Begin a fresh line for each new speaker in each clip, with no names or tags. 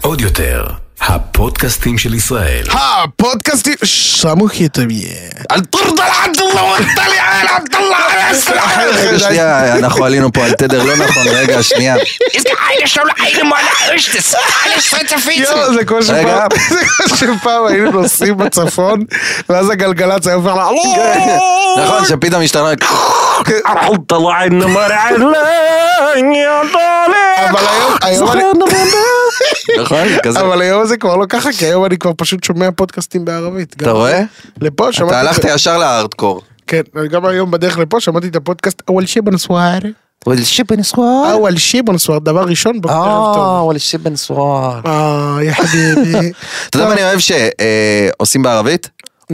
עוד יותר, הפודקאסטים של ישראל.
אה,
הפודקאסטים... סמוכי תביא. אל תרדל עבדאללה וטלי על עבדאללה על אה,
רגע,
הסלאם.
שנייה, אנחנו עלינו פה על תדר לא נכון, רגע, שנייה.
יואו, זה כמו שפעם,
רגע.
זה כמו שפעם היינו נוסעים בצפון, ואז הגלגלצ היה עובר לה...
נכון, שפתאום השתנה...
אבל
אה,
היום- היום אני-
נכון, זה כזה.
אבל היום זה כבר לא ככה, כי היום אני כבר פשוט שומע פודקאסטים בערבית.
אתה
גם-
רואה?
לפה שמעתי...
אתה הלכת ישר להארדקור.
כן, אני גם היום בדרך לפה שמעתי את הפודקאסט אוול שיבן סואר.
וואל שיבן סואר.
אוול שיבן סואר, דבר ראשון, בוקר טוב.
וואל אה? שיבן סואר.
אה, יא חביבי.
אתה יודע מה אני אוהב שעושים בערבית?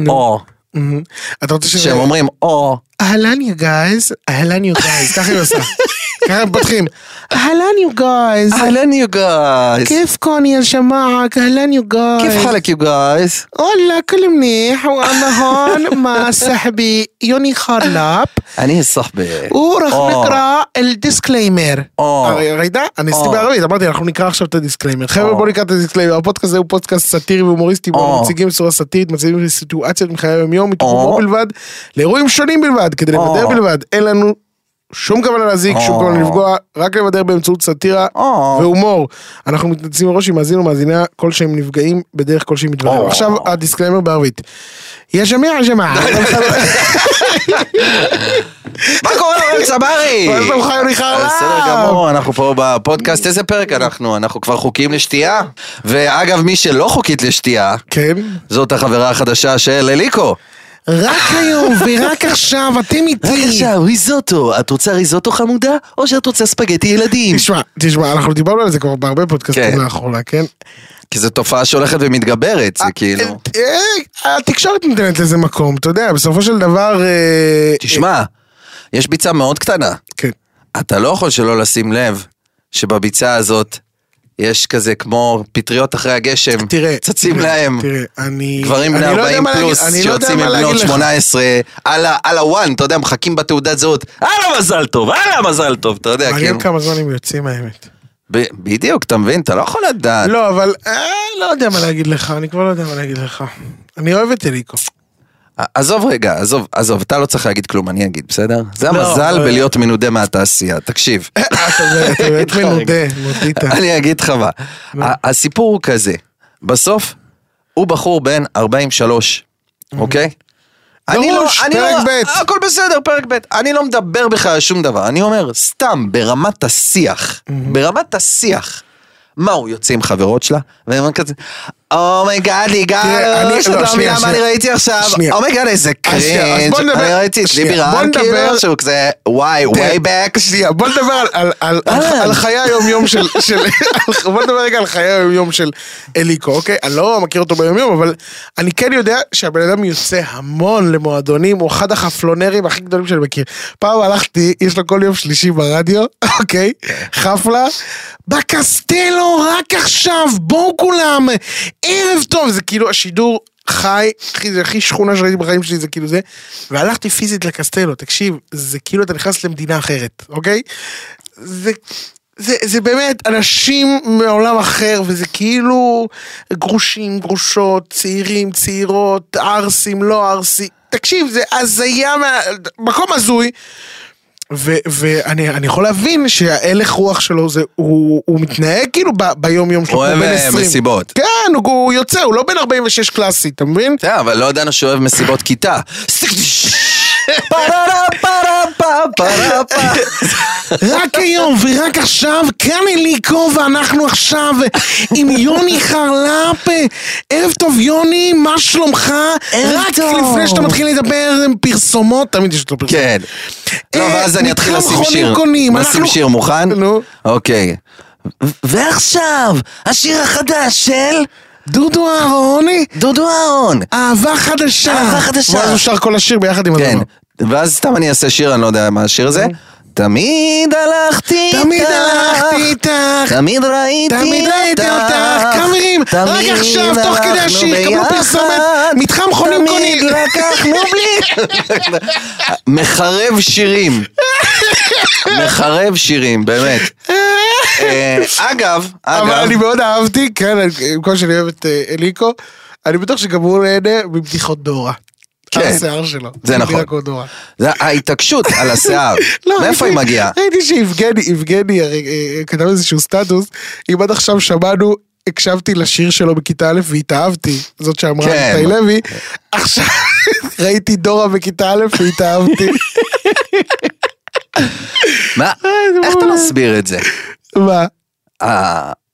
או.
מהמם. אתה רוצה שזה...
שהם אומרים "Oh, או.
אהלן יא גייז, אהלן יא גייז, ככה היא עושה. ככה הם פותחים. אהלן יא גייז,
אהלן יו גייז.
כיף קוני אל שמעק, אהלן יא גייז.
כיף חלק יו גייז.
אולה, כל מניח, ואנה הון, מה סחבי יוני חרלפ,
אני סחבי.
ורך
או.
נקרא אל דיסקליימר.
או.
הרי ראית? אני עשיתי
או.
בערבית, אמרתי אנחנו נקרא עכשיו את הדיסקליימר. חבר'ה
או.
בוא נקרא את הדיסקליימר, הפודקאסט הזה הוא פודקאסט סאטירי והומוריסטי, בו
או.
מציגים בצורה סאטירית, מצבים סיטואציות מחיי היום יום, מתחומו
או.
בלבד, לאירועים שונים בלבד, כדי
או.
לבדר בלבד, אין לנו שום כוונה להזיק, שום
או.
כוונה לפגוע, רק לבדר באמצעות סאטירה
או.
והומור. אנחנו מתנצלים מראש אם מאזין או מאזינה כלשהם נפגעים בדרך כלשהי מדברים.
או.
עכשיו הדיסקליימר בערבית. יא ג'מיע ג'מעה.
מה קורה לכם צברי?
מה שלומך יוני חרל"פ?
בסדר גמור, אנחנו פה בפודקאסט, איזה פרק אנחנו? אנחנו כבר חוקיים לשתייה? ואגב, מי שלא חוקית לשתייה,
כן.
זאת החברה החדשה של אליקו.
רק היום ורק עכשיו אתם איתי.
ריזוטו, את רוצה ריזוטו חמודה, או שאת רוצה ספגטי ילדים?
תשמע, תשמע, אנחנו דיברנו על זה כבר בהרבה פודקאסטים
כן.
לאחרונה, כן?
כי זו תופעה שהולכת ומתגברת, זה כאילו...
אה, אה, התקשורת נותנת לזה מקום, אתה יודע, בסופו של דבר... אה,
תשמע, יש ביצה מאוד קטנה.
כן.
אתה לא יכול שלא לשים לב שבביצה הזאת יש כזה כמו פטריות אחרי הגשם,
תראה,
צצים
תראה,
להם.
תראה, אני...
גברים בני
אני לא יודע
40
מה להגיד-
פלוס
אני לא יודע
שיוצאים
מה
עם
להגיד
בנות
לך.
18 על ה- על הוואן, אתה יודע, מחכים בתעודת זהות, הלאה מזל טוב, הלאה מזל טוב, אתה יודע,
מעניין
כאילו.
לא כמה זמן הם יוצאים האמת.
ב- בדיוק, אתה מבין, אתה לא יכול לדעת.
לא, אבל אה, לא יודע מה להגיד לך, אני כבר לא יודע מה להגיד לך. אני אוהב את אליקו.
ע- עזוב רגע, עזוב, עזוב, אתה לא צריך להגיד כלום, אני אגיד, בסדר? זה
לא,
המזל
אבל-
בלהיות מנודה מהתעשייה, תקשיב.
אה, אתה באמת- אתה באמת
איתך רגע.
מנודה, מודיטה.
אני אגיד לך מה, ה- הסיפור הוא כזה, בסוף, הוא בחור בן 43, אוקיי? אני לא,
דרוש,
אני
Mhm. פרק
לא,
ב'.
הכל בסדר, פרק ב', אני לא מדבר בכלל על שום דבר, אני אומר, סתם, ברמת השיח,
Mhm.
ברמת השיח, מה, הוא יוצא עם חברות שלה? ואני אומר כזה, "Oh אומייגאד,
תראה, אני-
יגאל,
לא,
שאתה לא
שנייה,
מבינה מה
שנייה.
אני ראיתי עכשיו,
שנייה.
אומייגאד, איזה
אז שנייה, אז
קרינג',
בוא נדבר-
אני ראיתי את ליבי
שנייה, בוא
רן,
נדבר-
כאילו, שהוא כזה, וואי,
תראה,
וואי בק,
שנייה, בוא נדבר על- על- על- על-
אהלן.
על חיי היום-יום של... של- על- בוא נדבר רגע על חיי היום-יום של אליקו, אוקיי? אני לא מכיר אותו ביום-יום, אבל אני כן יודע שהבן אדם יוצא המון למועדונים, הוא אחד החפלונרים הכי גדולים שאני מכיר. פעם הלכתי, יש לו כל יום שלישי ברדיו, אוקיי? חפלה. בקסטלו, רק עכשיו, בואו כולם, ערב טוב, זה כאילו השידור חי, אחי, זה הכי שכונה שראיתי בחיים שלי, זה כאילו זה. והלכתי פיזית לקסטלו, תקשיב, זה כאילו אתה נכנס למדינה אחרת, אוקיי? זה... זה, זה באמת אנשים מעולם אחר, וזה כאילו גרושים, גרושות, צעירים, צעירות, ערסים, לא ערסים. תקשיב, זה הזיה, מה... מקום הזוי. ו- ואני אני יכול להבין שההלך רוח שלו זה, הוא, הוא מתנהג כאילו ב- ביום יום שלו,
הוא
הוא
אוהב
בן
אה,
20.
מסיבות.
כן, הוא, הוא יוצא, הוא לא בן 46 קלאסי, אתה מבין?
אתה יודע, אבל לא ידענו שהוא אוהב מסיבות כיתה. פרה פרה פרה פרה פרה.
רק היום ורק עכשיו, כאן אליקו ואנחנו עכשיו עם יוני חרלפ. ערב טוב יוני, מה שלומך?
ערב
רק
טוב.
לפני שאתה מתחיל לדבר עם פרסומות, תמיד יש לו פרסומות.
כן. לא,
אה,
ואז אני אתחיל
מתחם
לשים
חונים
שיר.
קונים,
נשים
אנחנו-
שיר מוכן?
נו.
אוקיי. ו- ועכשיו, השיר החדש של
דודו אהרוני,
דודו אהרון.
אהבה חדשה.
אהבה חדשה.
ואז הוא שר כל השיר ביחד עם
כן.
הדבר.
ואז סתם אני אעשה שיר, אני לא יודע מה השיר הזה. תמיד הלכתי איתך.
אוקיי. תמיד הלכתי איתך.
תמיד ראיתי אותך.
תמיד ראיתי אותך, חברים, רק
תמיד
עכשיו, תוך כדי
אנחנו
השיר, קבלו
ביחד.
פרסומת, מתחם חונים קונים.
תמיד לקחנו בלי... מחרב שירים. מחרב שירים, באמת. אה, אגב,
אבל
אגב,
אני מאוד אהבתי, כן, אני- עם כל שאני אוהב את אה, אליקו, אני בטוח שגם הוא נהנה מבדיחות דורה.
כן.
על השיער שלו.
זה נכון.
מבדיחות דורה.
זה ההתעקשות על השיער,
לא,
מאיפה היא
ראיתי-
מגיעה?
ראיתי שיבגני, יבגני הרי, אה, אה, כתב איזשהו סטטוס, אם עד עכשיו שמענו, הקשבתי לשיר שלו בכיתה א' והתאהבתי, זאת שאמרה
כן.
נתאי לוי, עכשיו ראיתי דורה בכיתה א' והתאהבתי. אה,
מה, איך אתה מסביר את זה?
מה?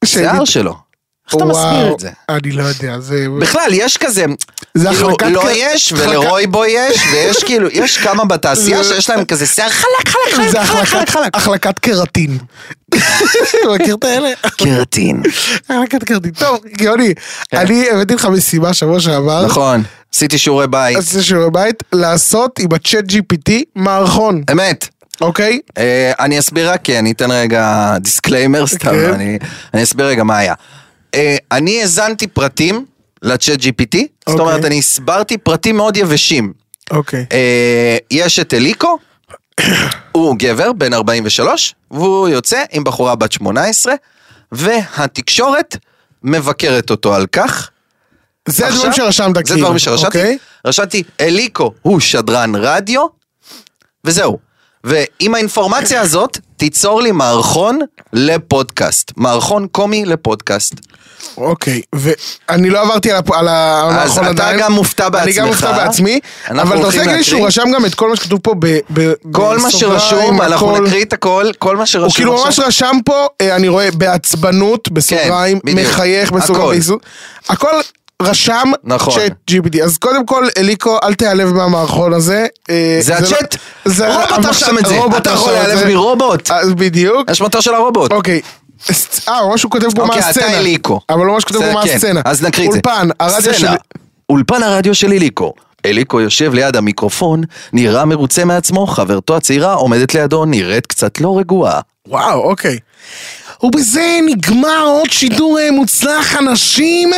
השיער שלו. איך אתה מסביר
וואו,
את זה?
אני לא יודע, זה...
בכלל, יש כזה,
זה
כאילו,
החלקת
לא
כ-
יש,
החלקת-
ולרוי בו יש, ויש כאילו, יש כמה בתעשייה
זה-
שיש להם כזה שיער חלק, חלק, חלק,
זה
חלק, חלק,
החלקת-
חלק.
החלקת קרטין. מכיר את האלה?
קרטין.
החלקת קרטין. טוב, גאוני, אני הבאתי לך משימה שבוע שעבר.
כן. נכון, עשיתי שיעורי בית.
אז זה שיעורי בית, לעשות עם הצ'אט GPT מערכון,
אמת.
אוקיי?
אה, אני אסביר רק, כי אני אתן רגע דיסקליימר סתם,
כן.
אני- אני אסביר רגע מה היה. אה, אני האזנתי פרטים לצ'אט GPT, זאת
אוקיי.
אומרת, אני הסברתי פרטים מאוד יבשים.
אוקיי.
אה, יש את אליקו, הוא גבר בן 43, והוא יוצא עם בחורה בת 18, והתקשורת מבקרת אותו על כך.
זה
עכשיו-
הדברים שרשמת, כאילו.
זה דברים שרשמתי.
אוקיי?
רשמתי, אליקו הוא שדרן רדיו, וזהו. ועם האינפורמציה הזאת, תיצור לי מערכון לפודקאסט. מערכון קומי לפודקאסט.
אוקיי, ואני לא עברתי על הפ- על המערכון
אז אתה
עדיין.
גם מופתע
אני
בעצמך.
גם מופתע בעצמי,
אנחנו
אבל אתה עושה
הולכים
לי
להקריא.
שהוא רשם גם את כל מה שכתוב פה ב... ב-
כל מה
בסוגריים,
שרשום, אנחנו
הכל.
נקריא את הכל, כל מה שרשום
הוא כאילו ממש
עכשיו. כן,
רשם פה, אה, אני רואה, בעצבנות, בסוגריים,
בדיוק.
מחייך,
הכל.
בסוגריים, בעיסוק. הכל רשם
נכון.
צ'אט GPT. אז קודם כל, אליקו, אל תיעלב מהמערכון הזה. אה,
זה
לא-
הצ'אט,
זה-
רובוט
המחש-
רשם את זה,
רובוט
אתה
רשם
יכול
את
להיעלב
זה.
מרובוט.
אז בדיוק.
אשמתו של הרובוט.
אוקיי. אה, ממש הוא כותב פה מה
אוקיי, אתה
הסצנה.
אליקו.
אבל לא ממש כותב
בסדר,
פה מה
כן.
הסצנה.
אז נקריא את זה.
אולפן, הרדיו
סצנה.
שלי.
אולפן הרדיו של אליקו. אליקו יושב ליד המיקרופון, נראה מרוצה מעצמו, חברתו הצעירה עומדת לידו, נראית קצת לא רגועה.
וואו, אוקיי. ובזה נגמר עוד שידור אה, מוצלח, אנשים.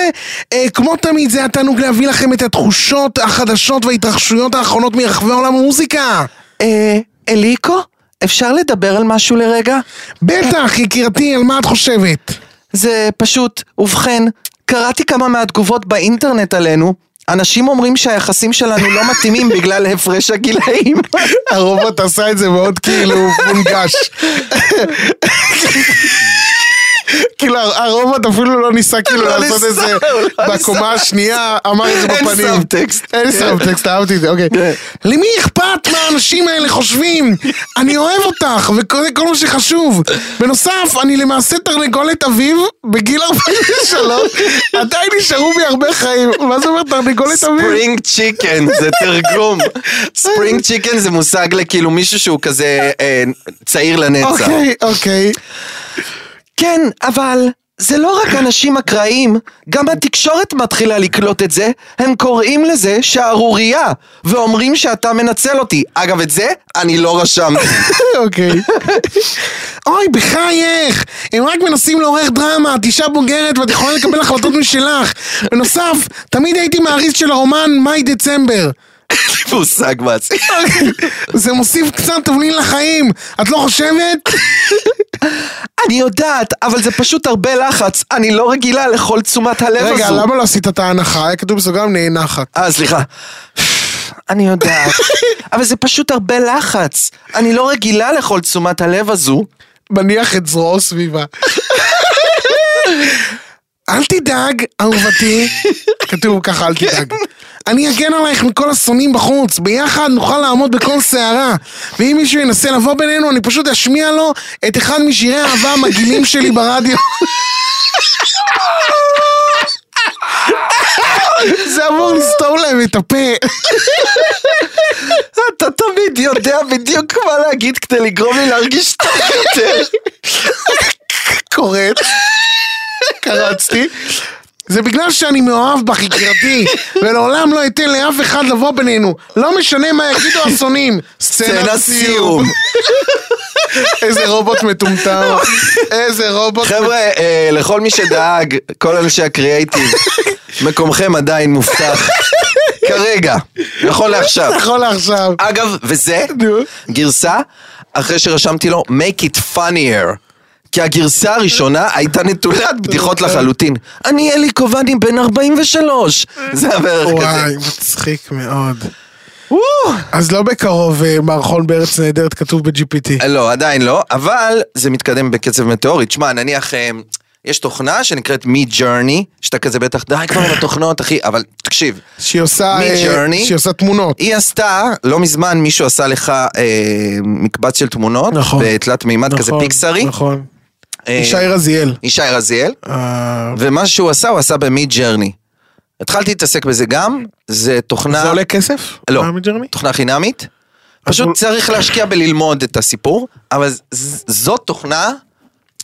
אה, כמו תמיד, זה היה תענוג להביא לכם את התחושות החדשות וההתרחשויות האחרונות מרחבי עולם המוזיקה.
אה, אליקו, אפשר לדבר על משהו לרגע?
בטח, יקירתי, על מה את חושבת?
זה פשוט, ובכן, קראתי כמה מהתגובות באינטרנט עלינו. אנשים אומרים שהיחסים שלנו לא מתאימים בגלל הפרש הגילאים.
הרובוט עשה את זה מאוד כאילו מונגש. כאילו הרובוט אפילו לא ניסה כאילו
לא
לעשות
ניסה,
את זה
הוא לא
בקומה
ניסה.
השנייה, אמר את זה
אין
בפנים.
סאבטקסט.
אין סאבטקסט, אהבתי את זה, אוקיי.
כן.
למי אכפת מה האנשים האלה חושבים? אני אוהב אותך, וזה כל מה שחשוב. בנוסף, אני למעשה תרנגולת אביב בגיל 43, עדיין נשארו בי הרבה חיים. מה זה אומר תרנגולת אביב?
ספרינג צ'יקן, זה תרגום. ספרינג צ'יקן זה מושג לכאילו מישהו שהוא כזה אה, צעיר לנצח.
אוקיי, אוקיי.
כן, אבל זה לא רק אנשים אקראיים, גם התקשורת מתחילה לקלוט את זה, הם קוראים לזה שערורייה, ואומרים שאתה מנצל אותי. אגב, את זה אני לא רשמתי.
אוקיי. אוי, בחייך! הם רק מנסים לעורר דרמה, את אישה בוגרת ואת יכולה לקבל החלטות משלך. בנוסף, תמיד הייתי מעריץ של הרומן מאי דצמבר.
מושג מעצים.
זה מוסיף קצת תבלין לחיים, את לא חושבת?
אני יודעת, אבל זה פשוט הרבה לחץ, אני לא רגילה לכל תשומת הלב הזו.
רגע, למה לא עשית את ההנחה? היה כתוב בסוגריים נאנחת.
אה, סליחה. אני יודעת, אבל זה פשוט הרבה לחץ. אני לא רגילה לכל תשומת הלב הזו.
מניח את זרועו סביבה. אל תדאג, אהובתי. כתוב ככה, אל תדאג. אני אגן עלייך מכל השונאים בחוץ, ביחד נוכל לעמוד בכל סערה. ואם מישהו ינסה לבוא בינינו, אני פשוט אשמיע לו את אחד משירי האהבה המגעילים שלי ברדיו. זה אמור לסתום להם את הפה.
אתה תמיד יודע בדיוק מה להגיד כדי לגרום לי להרגיש טוב יותר.
קורץ, קרצתי. זה בגלל שאני מאוהב בך, יקירתי, ולעולם לא אתן לאף אחד לבוא בינינו. לא משנה מה יגידו השונאים.
סצנת סיום.
איזה רובוט מטומטם. איזה רובוט.
חבר'ה, אה, לכל מי שדאג, כל אנשי הקריאייטיב, מקומכם עדיין מובטח. כרגע, נכון לעכשיו.
נכון לעכשיו.
אגב, וזה
נו.
גרסה אחרי שרשמתי לו make it funnier. כי הגרסה הראשונה הייתה נטולת בדיחות לחלוטין. אני אלי קובאני בן 43! זה הבערך כזה.
וואי, מצחיק מאוד.
וואו.
אז לא בקרוב אה, מערכון בארץ נהדרת כתוב ב-GPT.
לא, עדיין לא, אבל זה מתקדם בקצב מטאורי. תשמע, נניח, אה, יש תוכנה שנקראת מי ג'רני, שאתה כזה בטח, די כבר עם התוכנות, אחי, אבל תקשיב.
שהיא עושה... אה,
מ-Journey?
שהיא עושה תמונות.
היא עשתה, לא מזמן מישהו עשה לך אה, מקבץ של תמונות,
נכון.
בתלת מימד אה, כזה
נכון,
פיקסרי,
נכון.
אה,
ישי רזיאל.
ישי רזיאל,
אה,
ומה שהוא עשה, הוא עשה במי ג'רני. התחלתי להתעסק בזה גם, זה תוכנה...
זה עולה כסף?
לא,
מה, מג'רני?
תוכנה חינמית. פשוט
הוא-
צריך להשקיע בללמוד את הסיפור, אבל ז- ז- זאת תוכנה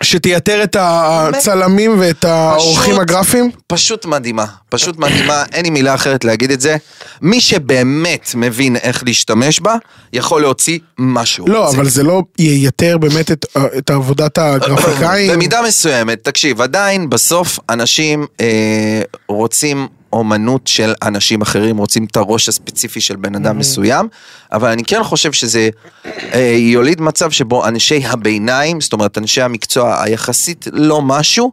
שתייתר את הצלמים ואת האורחים הגרפיים?
פשוט מדהימה, פשוט מדהימה, אין לי מילה אחרת להגיד את זה. מי שבאמת מבין איך להשתמש בה, יכול להוציא משהו.
לא, אבל זה לא ייתר באמת את- אה, את עבודת הגרפיקאים.
במידה מסוימת, תקשיב, עדיין בסוף אנשים אה, רוצים אומנות של אנשים אחרים, רוצים את הראש הספציפי של בן
Mm-hmm.
אדם מסוים, אבל אני כן חושב שזה אה, יוליד מצב שבו אנשי הביניים, זאת אומרת אנשי המקצוע היחסית לא משהו,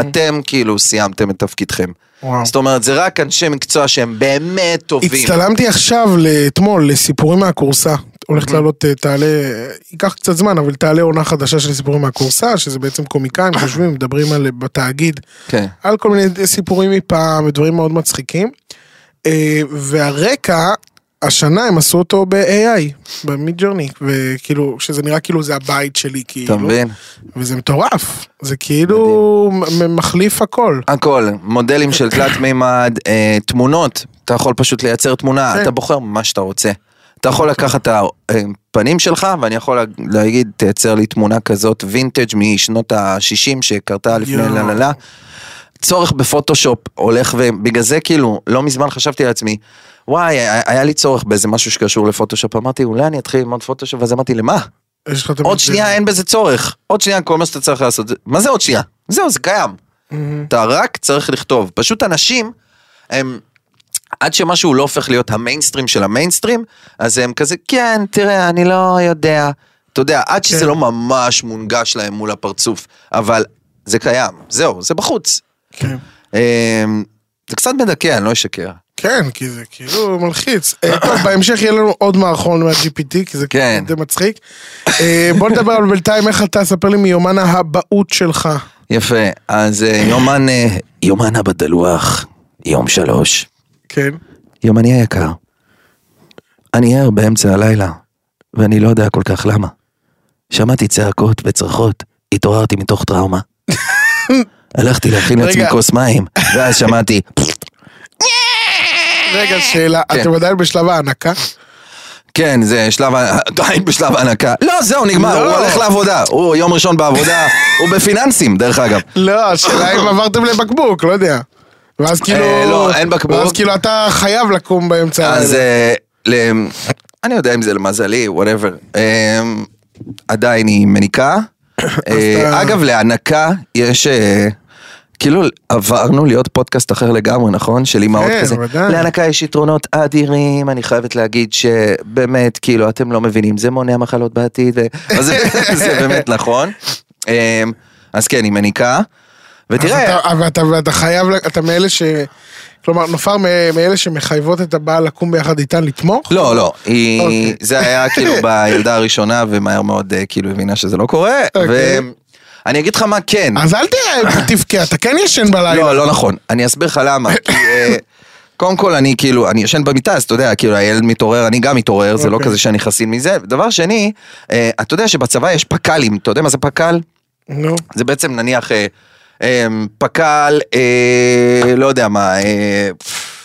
אתם כאילו סיימתם את תפקידכם.
Mm-hmm. וואו.
זאת אומרת, זה רק אנשי מקצוע שהם באמת טובים.
הצטלמתי עכשיו, ל- אתמול, לסיפורים מהכורסה. הולכת
אוקיי.
לעלות, אה, תעלה, אה, ייקח קצת זמן, אבל תעלה עונה חדשה של סיפורים מהכורסה, שזה בעצם קומיקאים,
אה.
יושבים, מדברים על, בתאגיד,
כן.
על כל מיני סיפורים מפעם, ודברים מאוד מצחיקים. אה, והרקע, השנה הם עשו אותו ב-AI, במידג'רני, וכאילו, שזה נראה כאילו זה הבית שלי, כאילו.
אתה מבין?
וזה מטורף, זה כאילו מ- מחליף הכל.
הכל, מודלים של תלת מימד, אה, תמונות, אתה יכול פשוט לייצר תמונה,
כן.
אתה בוחר מה שאתה רוצה. אתה יכול לקחת את הפנים שלך, ואני יכול להגיד, תייצר לי תמונה כזאת וינטג' משנות ה-60 שקרתה לפני
יואו.
לה לה לה. צורך בפוטושופ הולך ובגלל זה כאילו לא מזמן חשבתי לעצמי וואי היה- היה לי צורך באיזה משהו שקשור לפוטושופ אמרתי אולי אני אתחיל ללמוד פוטושופ ואז אמרתי למה
יש לך תמיד-
עוד שנייה אין בזה צורך. עוד שנייה כל מה שאתה צריך לעשות. זה- מה זה עוד שנייה? זהו, זה קיים. אתה רק צריך לכתוב. פשוט אנשים, הם... עד שמשהו לא הופך להיות המיינסטרים של המיינסטרים, אז הם כזה, כן, תראה, אני לא יודע. אתה יודע, עד שזה
כן.
לא ממש מונגש להם מול הפרצוף, אבל זה קיים, זהו, זה בחוץ.
כן.
אמ, זה קצת מדכא, אני לא אשקר.
כן, כי זה כאילו מלחיץ. אה, טוב, בהמשך יהיה לנו עוד מערכון מה-GPT, כי זה
כן.
די מצחיק. אה, בוא נדבר אבל בינתיים איך אתה, ספר לי מיומן הבאות שלך.
יפה, אז אה, יומן, אה, יומן הבדלוח, יום שלוש.
כן.
יומני היקר, אני ער באמצע הלילה, ואני לא יודע כל כך למה. שמעתי צעקות וצרחות, התעוררתי מתוך טראומה. הלכתי להכין לעצמי
רגע.
כוס מים, ואז שמעתי,
רגע, שאלה,
כן.
אתם עדיין בשלב ההנקה?
כן, זה שלב, ה- עדיין בשלב ההנקה. לא, זהו, נגמר,
לא.
הוא הולך לעבודה. הוא יום ראשון בעבודה, הוא בפיננסים, דרך אגב.
לא, השאלה אם עברתם לבקבוק, לא יודע. ואז כאילו...
לא, אין בקבוק.
ואז כאילו אתה חייב לקום באמצע.
אז
הלילה.
אה, ל- אני יודע אם זה למזלי, וואטאבר. עדיין היא מניקה. אה,
אתה-
אגב, להנקה יש... אה, כאילו עברנו להיות פודקאסט אחר לגמרי, נכון? של אימהות
כן,
כזה.
בוודאי.
להנקה יש יתרונות אדירים, אני חייבת להגיד שבאמת, כאילו, אתם לא מבינים, זה מונע מחלות בעתיד, ו- אז זה- זה באמת נכון. אה, אז כן, היא מניקה. ותראה,
אז אתה- אבל אתה, ואתה חייב, אתה מאלה ש... כלומר, נופר מ- מאלה שמחייבות את הבעל לקום ביחד איתן לתמוך?
לא, לא, היא...
אוקיי.
זה היה כאילו בילדה הראשונה, ומהר מאוד אה, כאילו הבינה שזה לא קורה,
אוקיי.
ואני אגיד לך מה כן.
אז אל תראה, תבכה, אתה כן ישן בלילה.
לא, לא נכון, אני אסביר לך למה. כי, אה, קודם כל אני כאילו, אני ישן במיטה, אז אתה יודע, כאילו הילד מתעורר, אני גם מתעורר, זה לא
אוקיי.
כזה שאני חסין מזה. דבר שני, אה, אתה יודע שבצבא יש פק"לים, אתה יודע מה זה פק"ל?
נו.
זה בעצם נניח אה, אה, פק"ל, אה, לא יודע מה, אה,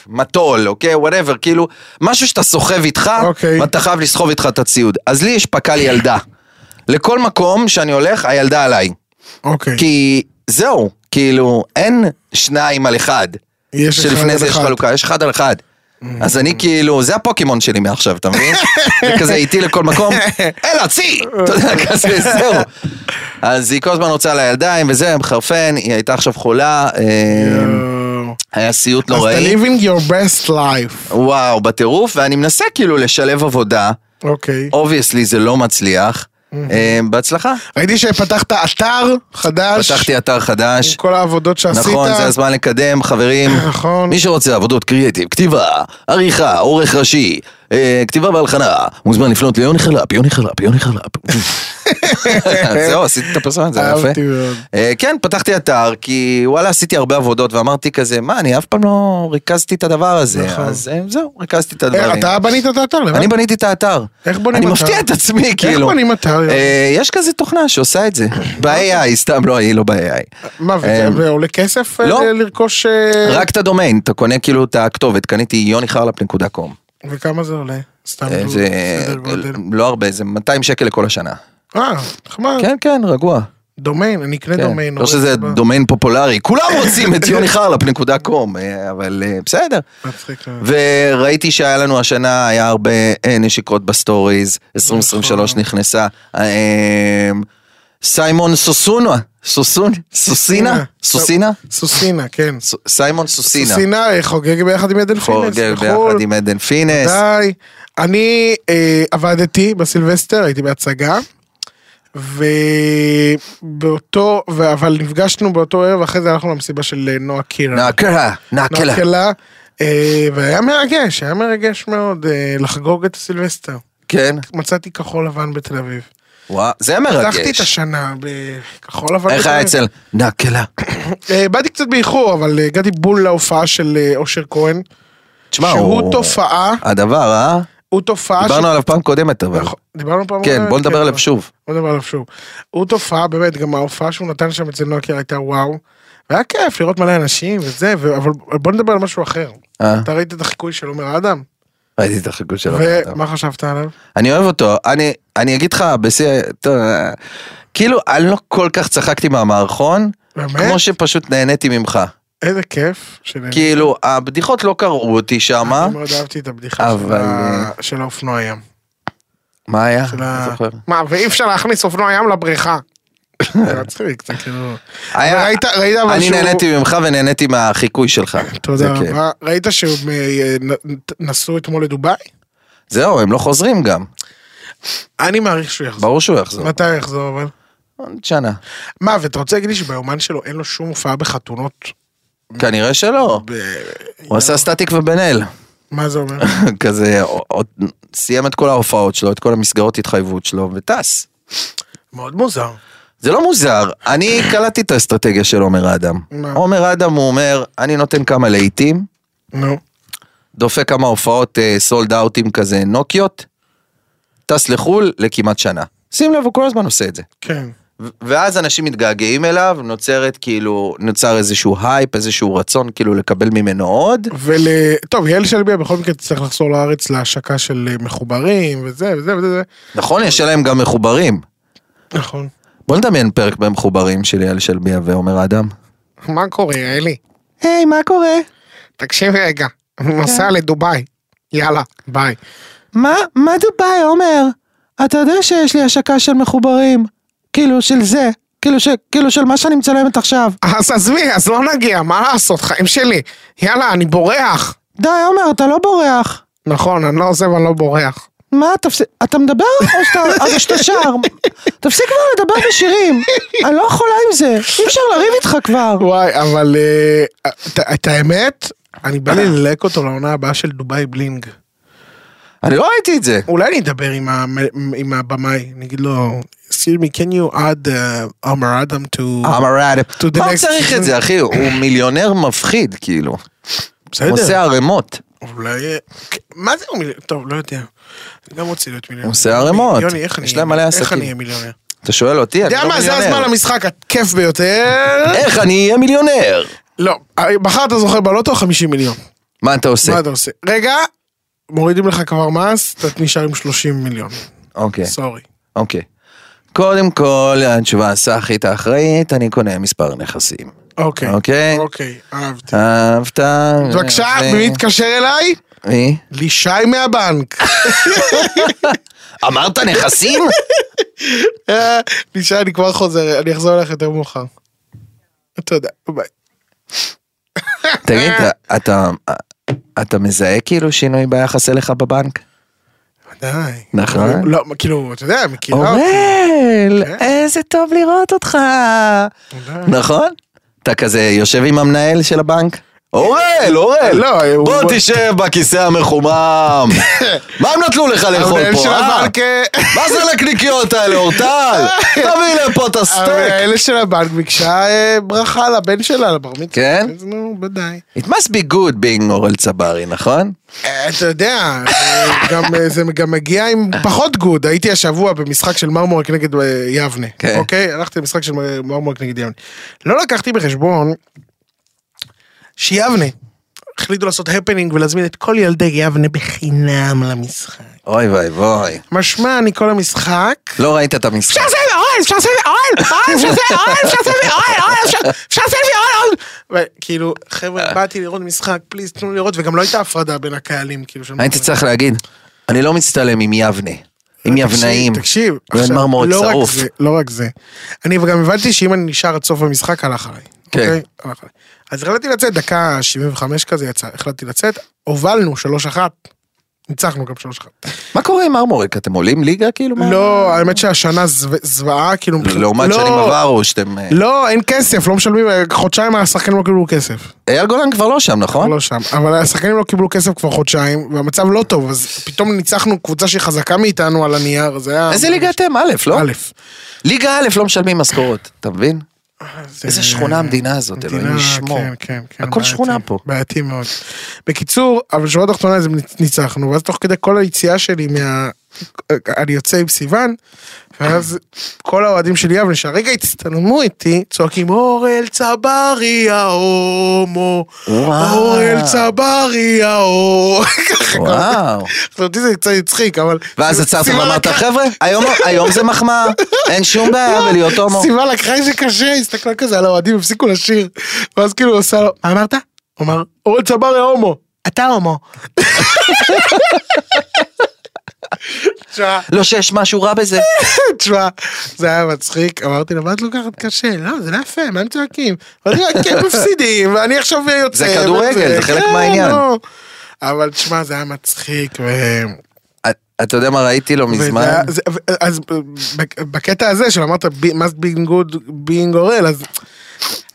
מטול, אוקיי? וואטאבר, כאילו, משהו שאתה סוחב איתך,
אוקיי.
ואתה חייב לסחוב איתך את הציוד. אז לי יש פק"ל ילדה. לכל מקום שאני הולך, הילדה עליי.
אוקיי.
כי זהו, כאילו, אין שניים על אחד.
יש אחד
שלפני
על
זה יש
אחד. Mm.
חלוקה, יש אחד על אחד. אז אני כאילו, זה הפוקימון שלי מעכשיו, אתה מבין? זה כזה איתי לכל מקום, אלה, צי! אתה יודע, כזה, זהו. אז היא כל הזמן רוצה על הידיים וזה, מחרפן, היא הייתה עכשיו חולה, אה,
יואו.
היה סיוט
אז אתה
נוראי.
living your best life.
וואו, בטירוף, ואני מנסה כאילו לשלב עבודה,
אוקיי.
אובייסלי זה לא מצליח.
Mm-hmm.
אה, בהצלחה.
ראיתי שפתחת אתר חדש.
פתחתי אתר חדש.
עם כל העבודות שעשית.
נכון, זה הזמן לקדם, חברים.
נכון.
מי שרוצה עבודות קריאטיב, כתיבה, עריכה, עורך ראשי, אה, כתיבה והלחנה, מוזמן לפנות ליוני חלפ, יוני חלפ, יוני חלפ. זהו, עשיתי את הפרסומת, זה היה יפה.
אהבתי מאוד.
אה, כן, פתחתי אתר, כי וואלה, עשיתי הרבה עבודות, ואמרתי כזה, מה, אני אף פעם לא ריכזתי את הדבר הזה.
נכון.
אז אה, זהו, ריכזתי את
אה,
הדברים.
אתה בנית את האתר לבד?
אני בניתי את האתר.
איך בונים
אני
אתר?
מפתיע את עצמי, כאילו.
בונים אתר, יוני?
אה, יש כזה תוכנה שעושה את זה. ב-AI, סתם לא, היא לא ב-AI.
מה, וזה
אה,
זה עולה כסף אה,
לא.
לרכוש... אה,
רק את הדומיין, אתה קונה כאילו את הכתובת, קניתי יוניחרלפ.com.
וכמה זה עולה? סתם.
אה, זה
סדר גודל.
לא הרבה, זה 200 שקל לכל השנה.
אה, נחמד.
כן, כן, רגוע.
דומיין, אני אקנה
כן.
דומיין.
לא
עורך
שזה
סבבה.
דומיין פופולרי, כולם רוצים את יוניחרלפ.com, אה, אבל אה, בסדר.
מצחיק אה. מאוד.
וראיתי שהיה לנו השנה, היה הרבה אה, נשיקות בסטוריז, 2023
נכון.
נכנסה. אה, אה, סיימון סוסונה, סוסון, סוסינה, סוסינה,
אה, סוסינה, כן.
ס- סיימון סוסינה.
סוסינה אה, חוגג ביחד עם עדן פינס.
חוגג
בחו"ל.
ביחד עם עדן פינס.
די. אני אה, עבדתי בסילבסטר, הייתי בהצגה, ובאותו, ו- אבל נפגשנו באותו ערב, אחרי זה הלכנו למסיבה של אה, נועה קירן.
נעקלה, נעקלה.
נקלה. אה, והיה מרגש, היה מרגש מאוד אה, לחגוג את הסילבסטר.
כן.
מצאתי כחול לבן בתל אביב.
וואו, זה
פתחתי את
מרגש.
השנה בכחול לבן.
איך
בתל
היה
אביב.
אצל נעקלה?
אה, באתי קצת באיחור, אבל אה, הגעתי בול להופעה של אה, אושר כהן,
תשמע,
שהוא
הוא-
תופעה,
הדבר, אה?
הוא תופעה...
דיברנו עליו פעם קודמת, אבל.
נכון, דיברנו פעם...
כן,
אחרת?
בוא נדבר עליו שוב.
בוא נדבר עליו שוב. הוא תופעה, באמת, גם ההופעה שהוא נתן שם אצל נוקיה הייתה וואו. והיה כיף לראות מלא אנשים וזה, ו- אבל בוא נדבר על משהו אחר.
אה,
אתה ראית את החיקוי של עומר אדם?
ראיתי את החיקוי שלו.
ומה חשבת עליו?
אני אוהב אותו. אני- אני אגיד לך, בשיא... ה- טוב, אה, כאילו, אני לא כל כך צחקתי מהמערכון,
באמת?
כמו שפשוט נהניתי ממך.
איזה כיף. שנהנה.
כאילו, הבדיחות לא קרעו אותי שמה.
אני מאוד אהבתי את הבדיחה
אבל,
של ה- של האופנוע ים.
מה היה?
של
לא
ה-
זוכר.
מה, ואי אפשר להכניס אופנוע ים לבריכה. זה מצחיק, זה כאילו...
היה-
ראית, ראית אבל
אני
שהוא...
נהניתי כן. ממך ונהניתי מהחיקוי שלך. זה
תודה
כיף.
רבה. ראית שהם אה, נ- נסעו אתמול לדובאי?
זהו, הם לא חוזרים גם.
אני מעריך שהוא יחזור.
ברור לא שהוא יחזור.
מתי הוא יחזור אבל?
עוד שנה.
מה, ואתה רוצה להגיד לי שביומן שלו אין לו שום הופעה בחתונות?
כנראה שלא.
ב-
הוא עשה סטטיק ובן אל.
מה זה אומר?
כזה, או- או- סיים את כל ההופעות שלו, את כל המסגרות התחייבות שלו, וטס.
מאוד מוזר.
זה לא מוזר, אני קלטתי את האסטרטגיה של עומר אדם.
מה?
עומר אדם הוא אומר, אני נותן כמה להיטים,
נו.
דופק כמה הופעות אה, סולד אאוטים כזה נוקיות, טס לחו"ל לכמעט שנה. שים לב, הוא כל הזמן עושה את זה.
כן.
ו- ואז אנשים מתגעגעים אליו, נוצרת כאילו, נוצר איזשהו הייפ, איזשהו רצון כאילו לקבל ממנו עוד.
ול... טוב, יעל שלביה בכל מקרה תצטרך לחזור לארץ להשקה של אה, מחוברים וזה וזה וזה. וזה.
נכון, יש עליהם גם מחוברים.
נכון.
בוא נדמיין פרק במחוברים של אייל שלביה ועומר אדם.
מה קורה, אלי?
היי, מה קורה?
תקשיב רגע. אני נוסע לדובאי. יאללה, ביי.
מה, מה דובאי, עומר? אתה יודע שיש לי השקה של מחוברים. כאילו, של זה. כאילו, ש, כאילו של מה שאני מצלמת עכשיו.
אז עזבי, אז לא נגיע, מה לעשות, חיים שלי. יאללה, אני בורח.
די, עומר, אתה לא בורח.
נכון, אני לא עוזב, אני לא בורח.
מה, תפסיק, אתה מדבר או שאתה, או שאתה שר? תפסיק כבר לדבר בשירים. אני לא יכולה עם זה. אי אפשר לריב איתך כבר.
וואי, אבל אה, את- את האמת, אני בא לי ללהק אותו לעונה הבאה של דובאי בלינג.
אני לא ראיתי את זה.
אולי אני אדבר עם המ- עם הבמאי, אני אגיד לו, excuse me, can you add uh, Omar Adam to...
אמר אדם.
To the
מה הוא
next-
צריך את זה, אחי? הוא מיליונר מפחיד, כאילו. הוא עושה
בסדר.
ערימות.
אולי... אה, מה זה הוא מיליון? טוב, לא יודע. אני גם רוצה להיות מיליונר.
עושה ערימות.
יוני, איך אני-
יש להם מלא
איך
עסקים.
אני אהיה מיליונר?
אתה שואל אותי? אני
יודע
לא
מה, זה
מיליונר.
הזמן למשחק הכיף ביותר.
איך אני אהיה מיליונר?
לא, מחר אתה זוכר בלוטו 50 מיליון.
מה אתה עושה?
מה אתה עושה? רגע, מורידים לך כבר מס, אתה נשאר עם 30 מיליון.
אוקיי,
סורי.
אוקיי. קודם כל, התשובה הסאחית האחראית, אני קונה מספר נכסים.
אוקיי.
אוקיי.
אוקיי, אהבתי.
אהבת?
בבקשה,
אה,
מי מתקשר אליי?
מי?
לישי מהבנק.
אמרת נכסים?
אה, לישי, אני כבר חוזר, אני אחזור אליך יותר מאוחר. תודה, ביי.
תגיד, אתה- אתה מזהה כאילו שינוי ביחס אליך בבנק?
די.
נכון. אוקיי.
לא, כאילו, אתה יודע, מכירה אותי.
אוראל,
כן.
איזה טוב לראות אותך.
די.
נכון? אתה כזה יושב עם המנהל של הבנק? אוראל, אוראל,
לא, הוא-
בוא תשב בכיסא המחומם. מה הם נתנו לך לאכול
המנהל
פה,
של
אה?
הבנק, אה,
מה זה לקניקיות האלה, אורטל? תביא לפה את הסטייק.
המנהל של הבנק ביקשה אה, ברכה לבן שלה, לבר מצווה.
כן?
אז נו, בוודאי.
It must be good being אורל צברי, נכון?
אה, אתה יודע, אה, גם, אה, זה גם מגיע עם פחות גוד. הייתי השבוע במשחק של מרמורק נגד אה, יבנה.
כן.
אוקיי? הלכתי למשחק של מ- מרמורק נגד יבנה. לא לקחתי בחשבון שיבנה החליטו לעשות הפנינג ולהזמין את כל ילדי יבנה בחינם למשחק.
אוי ואי ואי.
משמע, אני כל המשחק...
לא ראית את המשחק.
אפשר לסיים אוהל, אפשר לסיים אוהל, אוהל, אפשר לסיים אוהל, אפשר לסיים אוהל, אוהל, אפשר- אפשר לסיים אוהל, אוהל. וכאילו, כאילו,
אה.
חבר'ה, באתי לראות משחק, פליז, תנו לי לראות, וגם לא הייתה הפרדה בין הקהלים, כאילו, של-
הייתי צריך להגיד, אני לא מצטלם עם יבנה. עם
תקשיב,
יבנאים.
תקשיב,
ואין
עכשיו,
מרמורק
לא רק
שרוף.
זה, לא רק זה. אני גם הבנתי שאם אני נשאר עד סוף המשחק, הלך עליי.
כן.
אוקיי? הלך עליי. אז החלטתי לצאת, דקה 75 כזה יצא, החלטתי לצאת, הובלנו 3-1. ניצחנו גם 3-1.
מה קורה עם מרמורק? אתם עולים ליגה כאילו? מה-
לא, האמת שהשנה זו- זוועה, כאילו...
לעומת
לא,
שנים עברו שאתם... אה,
לא, אין כסף, לא משלמים, חודשיים השחקנים לא קיבלו כסף.
אייל גולן כבר לא שם, נכון?
לא שם. אבל השחקנים לא קיבלו כסף כבר חודשיים, והמצב לא טוב, אז פתאום ניצחנו קבוצה שהיא חזקה מאיתנו על הנייר, זה היה...
איזה ליגה אתם? א', לא?
א'.
ליגה א' לא משלמים משכורות, אתה מבין? איזה שכונה המדינה הזאת,
מדינה,
אלוהים ישמור.
אה, כן, כן, כן.
הכל שכונה
בעייתי,
פה.
בעייתי מאוד. בקיצור, אבל שורה תחתונה זה ניצחנו, ואז תוך כדי כל היציאה שלי מה... אני יוצא עם סיוון, ואז כל האוהדים של יבנה שהרגע הצטלמו איתי, צועקים אורל צברי ההומו,
וואו.
אורל צברי ההומו.
וואו.
עכשיו, אותי זה קצת הצחיק, אבל...
ואז עצרתם
סיוון
ואמרת,
לקחה-
חבר'ה, היום- היום זה מחמאה, אין שום
לא,
בעיה בלהיות הומו.
סיוון לקחה את זה קשה, הסתכלה כזה על האוהדים, הפסיקו לשיר. ואז כאילו עושה לו, מה אמרת? הוא אמר, אורל צברי הומו. אתה הומו. תשמע,
לא שיש משהו רע בזה.
תשמע, זה היה מצחיק, אמרתי לו, מה את לוקחת קשה? לא, זה לא יפה, מה הם צועקים? אמרתי לו, כן, מפסידים, ואני עכשיו יוצא.
זה כדורגל,
וזה,
זה חלק
כן,
מהעניין."
לא. אבל תשמע, זה היה מצחיק, ו...
את- אתה יודע מה ראיתי לא מזמן?
וזה היה- זה- ו- אז בק- בקטע הזה שאמרת "Be- must be good being אורל אז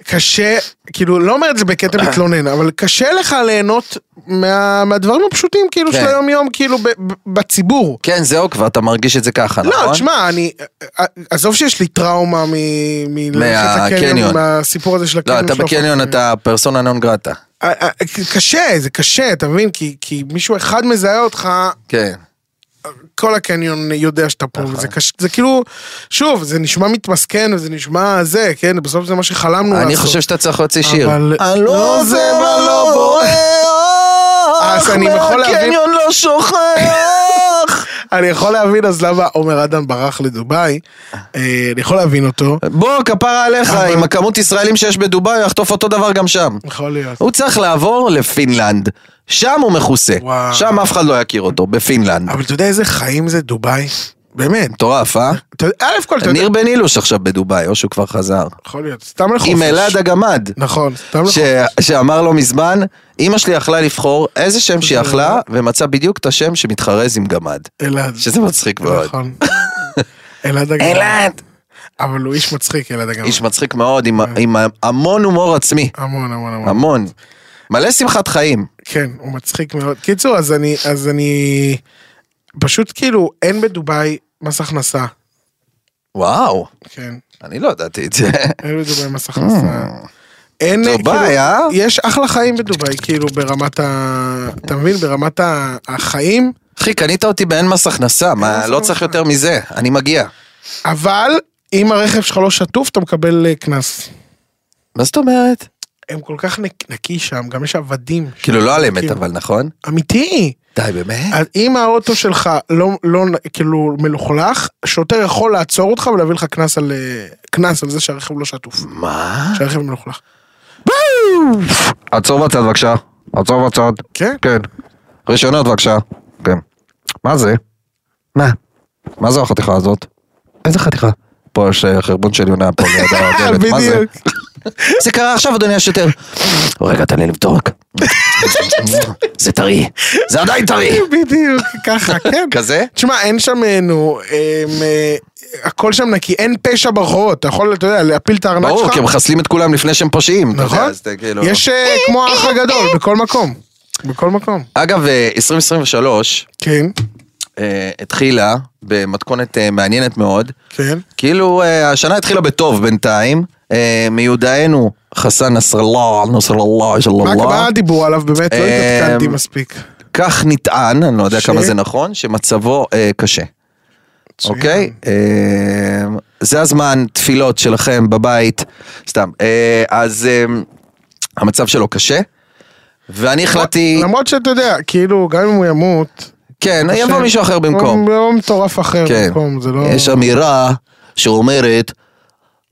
קשה כאילו לא אומר את זה בקטע מתלונן אבל קשה לך ליהנות מה- מהדברים הפשוטים כאילו
כן.
של היום יום כאילו ב- ב- בציבור.
כן, זהו כבר, אתה מרגיש את זה ככה, נכון?
לא, תשמע, אני... עזוב שיש לי טראומה מ- מללכת לקניון,
מהקניון.
מהסיפור הזה של
לא,
הקניון.
אתה
של אופקים.
בקניון אתה פרסונה נון גרטה.
אה, אה, קשה, זה קשה, אתה מבין? כי- כי מישהו אחד מזהה אותך,
כן.
כל הקניון יודע שאתה פה,
נכון.
וזה קש... זה כאילו, שוב, זה נשמע מתמסכן וזה נשמע זה, כן, בסוף זה מה שחלמנו לעשות.
אני חושב שאתה צריך להוציא שיר.
אבל- לא
עוזב,
זה מה לא אז אני יכול להבין-
מהקניון לא שוכח.
אני יכול להבין אז למה עומר אדם ברח לדובאי, אה, אני יכול להבין אותו.
בוא, כפרה עליך,
אבל-
עם הכמות ישראלים שיש בדובאי, הוא יחטוף אותו דבר גם שם.
יכול להיות.
הוא צריך לעבור לפינלנד. שם הוא מכוסה.
וואו.
שם אף אחד לא יכיר אותו, בפינלנד.
אבל אתה יודע איזה חיים זה דובאי? באמת.
מטורף, אה?
אתה- א' כל, אתה יודע... לא
ניר בן אילוש עכשיו בדובאי, או שהוא כבר חזר.
יכול להיות, סתם לחופש.
עם אלעד הגמד.
נכון, סתם
ש...
לחופש.
שאמר לא מזמן, אמא שלי יכלה לבחור איזה שם שהיא
לא-
יכלה, ומצא בדיוק את השם שמתחרז עם גמד.
אלעד.
שזה מצחיק מאוד.
נכון. אלעד הגמר.
אלעד!
אבל הוא איש מצחיק, אלעד הגמר.
איש מצחיק מאוד, עם,
נכון.
עם המון הומור עצמי.
המון, המון, המון.
המון. מלא שמחת חיים.
כן, הוא מצחיק מאוד. קיצור, אז אני, אז אני, פשוט כאילו, אין בדובאי מס הכנסה.
וואו,
כן,
אני לא ידעתי את זה.
אין בדובאי מס הכנסה. אין,
אה. דובאי,
כאילו,
אה?
יש אחלה חיים בדובאי, כאילו, ברמת ה... אתה מבין? ברמת ה- החיים,
אחי, קנית אותי באין מס הכנסה, מה,
מס
לא
הכנסה.
צריך יותר מזה, אני מגיע.
אבל אם הרכב שלך לא שטוף, אתה מקבל אה, קנס.
מה זאת אומרת?
הם כל כך נק- נקי שם, גם יש עבדים.
כאילו, לא על אמת,
כאילו,
אבל נכון?
אמיתי.
די, באמת?
אז אם האוטו שלך לא, לא כאילו מלוכלך, שוטר יכול לעצור אותך ולהביא לך קנס על, אה, קנס על זה שהרכב לא שטוף.
מה?
שהרכב מלוכלך.
עצור בצד בבקשה. עצור בצד.
כן?
כן. רישיונות בבקשה. כן. מה זה? מה? מה זו החתיכה הזאת? איזה חתיכה? פה יש אה, חרבון של יונה פה ליד הדלת. מה זה?
בדיוק.
זה קרה עכשיו, אדוני השוטר. רגע, תן לי לבדוק. זה טרי. זה עדיין טרי.
בדיוק, ככה, כן.
כזה?
תשמע, אין שם, אה, נו, אה, אה, הכל שם נקי, אין פשע ברחובות, אתה יכול, אתה יודע, להפיל את הארנק שלך.
ברור, כי הם מחסלים את כולם לפני שהם פושעים. אתה יודע,
נכון?
אז זה כאילו-
יש אה, כמו האח הגדול, בכל מקום. בכל מקום.
אגב, אה, 2023
כן,
אה, התחילה במתכונת אה, מעניינת מאוד.
כן.
כאילו אה, השנה התחילה בטוב בינתיים. אה, מיודענו חסן נסראללה, נסראללה,
מה מה
נסראללה.
הדיבור עליו באמת? לא
אה,
התעדכנתי מספיק.
כך נטען, אני לא יודע
ש-
כמה זה נכון, שמצבו אה, קשה.
מצוין.
אוקיי? אה, זה הזמן תפילות שלכם בבית, סתם. אה, אז אה, המצב שלו קשה, ואני החלטתי,
למרות שאתה יודע, כאילו, גם אם הוא ימות...
כן,
השם-
יבוא מישהו אחר במקום.
הוא יבוא מטורף אחר
כן.
במקום, זה לא...
יש אמירה שאומרת,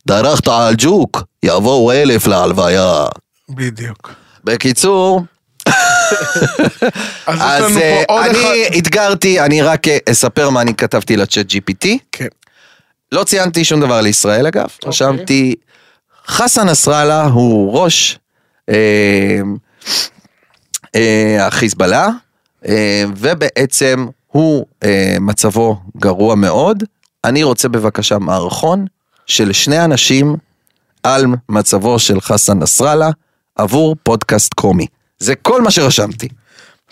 דרכת על ג'וק, יבואו אלף להלוויה.
בדיוק.
בקיצור,
אז יש
אז
לנו
אה,
פה עוד
אני
אחד...
אתגרתי, אני רק אה, אספר מה אני כתבתי לצ'אט GPT.
כן.
לא ציינתי שום דבר על ישראל אגב, רשמתי, חסן נסראללה הוא ראש אה, אה, החיזבאללה, אה, ובעצם הוא אה, מצבו גרוע מאוד. אני רוצה בבקשה מערכון של שני אנשים על מצבו של חסן נסראללה עבור פודקאסט קומי. זה כל מה שרשמתי,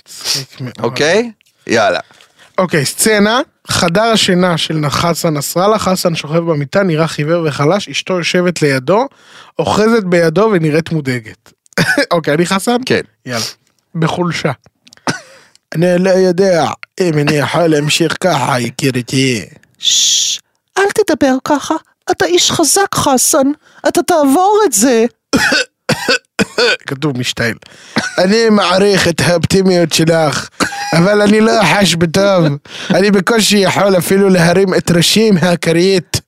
מצחיק מאוד.
אוקיי? יאללה.
אוקיי, סצנה, חדר השינה של חסן נסראללה, חסן שוכב במיטה, נראה חיוור וחלש, אשתו יושבת לידו, אוחזת בידו ונראית מודאגת. אוקיי, אני חסן?
כן.
יאללה. בחולשה. אני לא יודע אם אני יכול להמשיך ככה, יקירתי.
ששש, אל תדבר ככה, אתה איש חזק חסן, אתה תעבור את זה.
כתוב משתעל. אני מעריך את האופטימיות שלך, אבל אני לא חש בטוב. אני בקושי יכול אפילו להרים את ראשי מהכרית.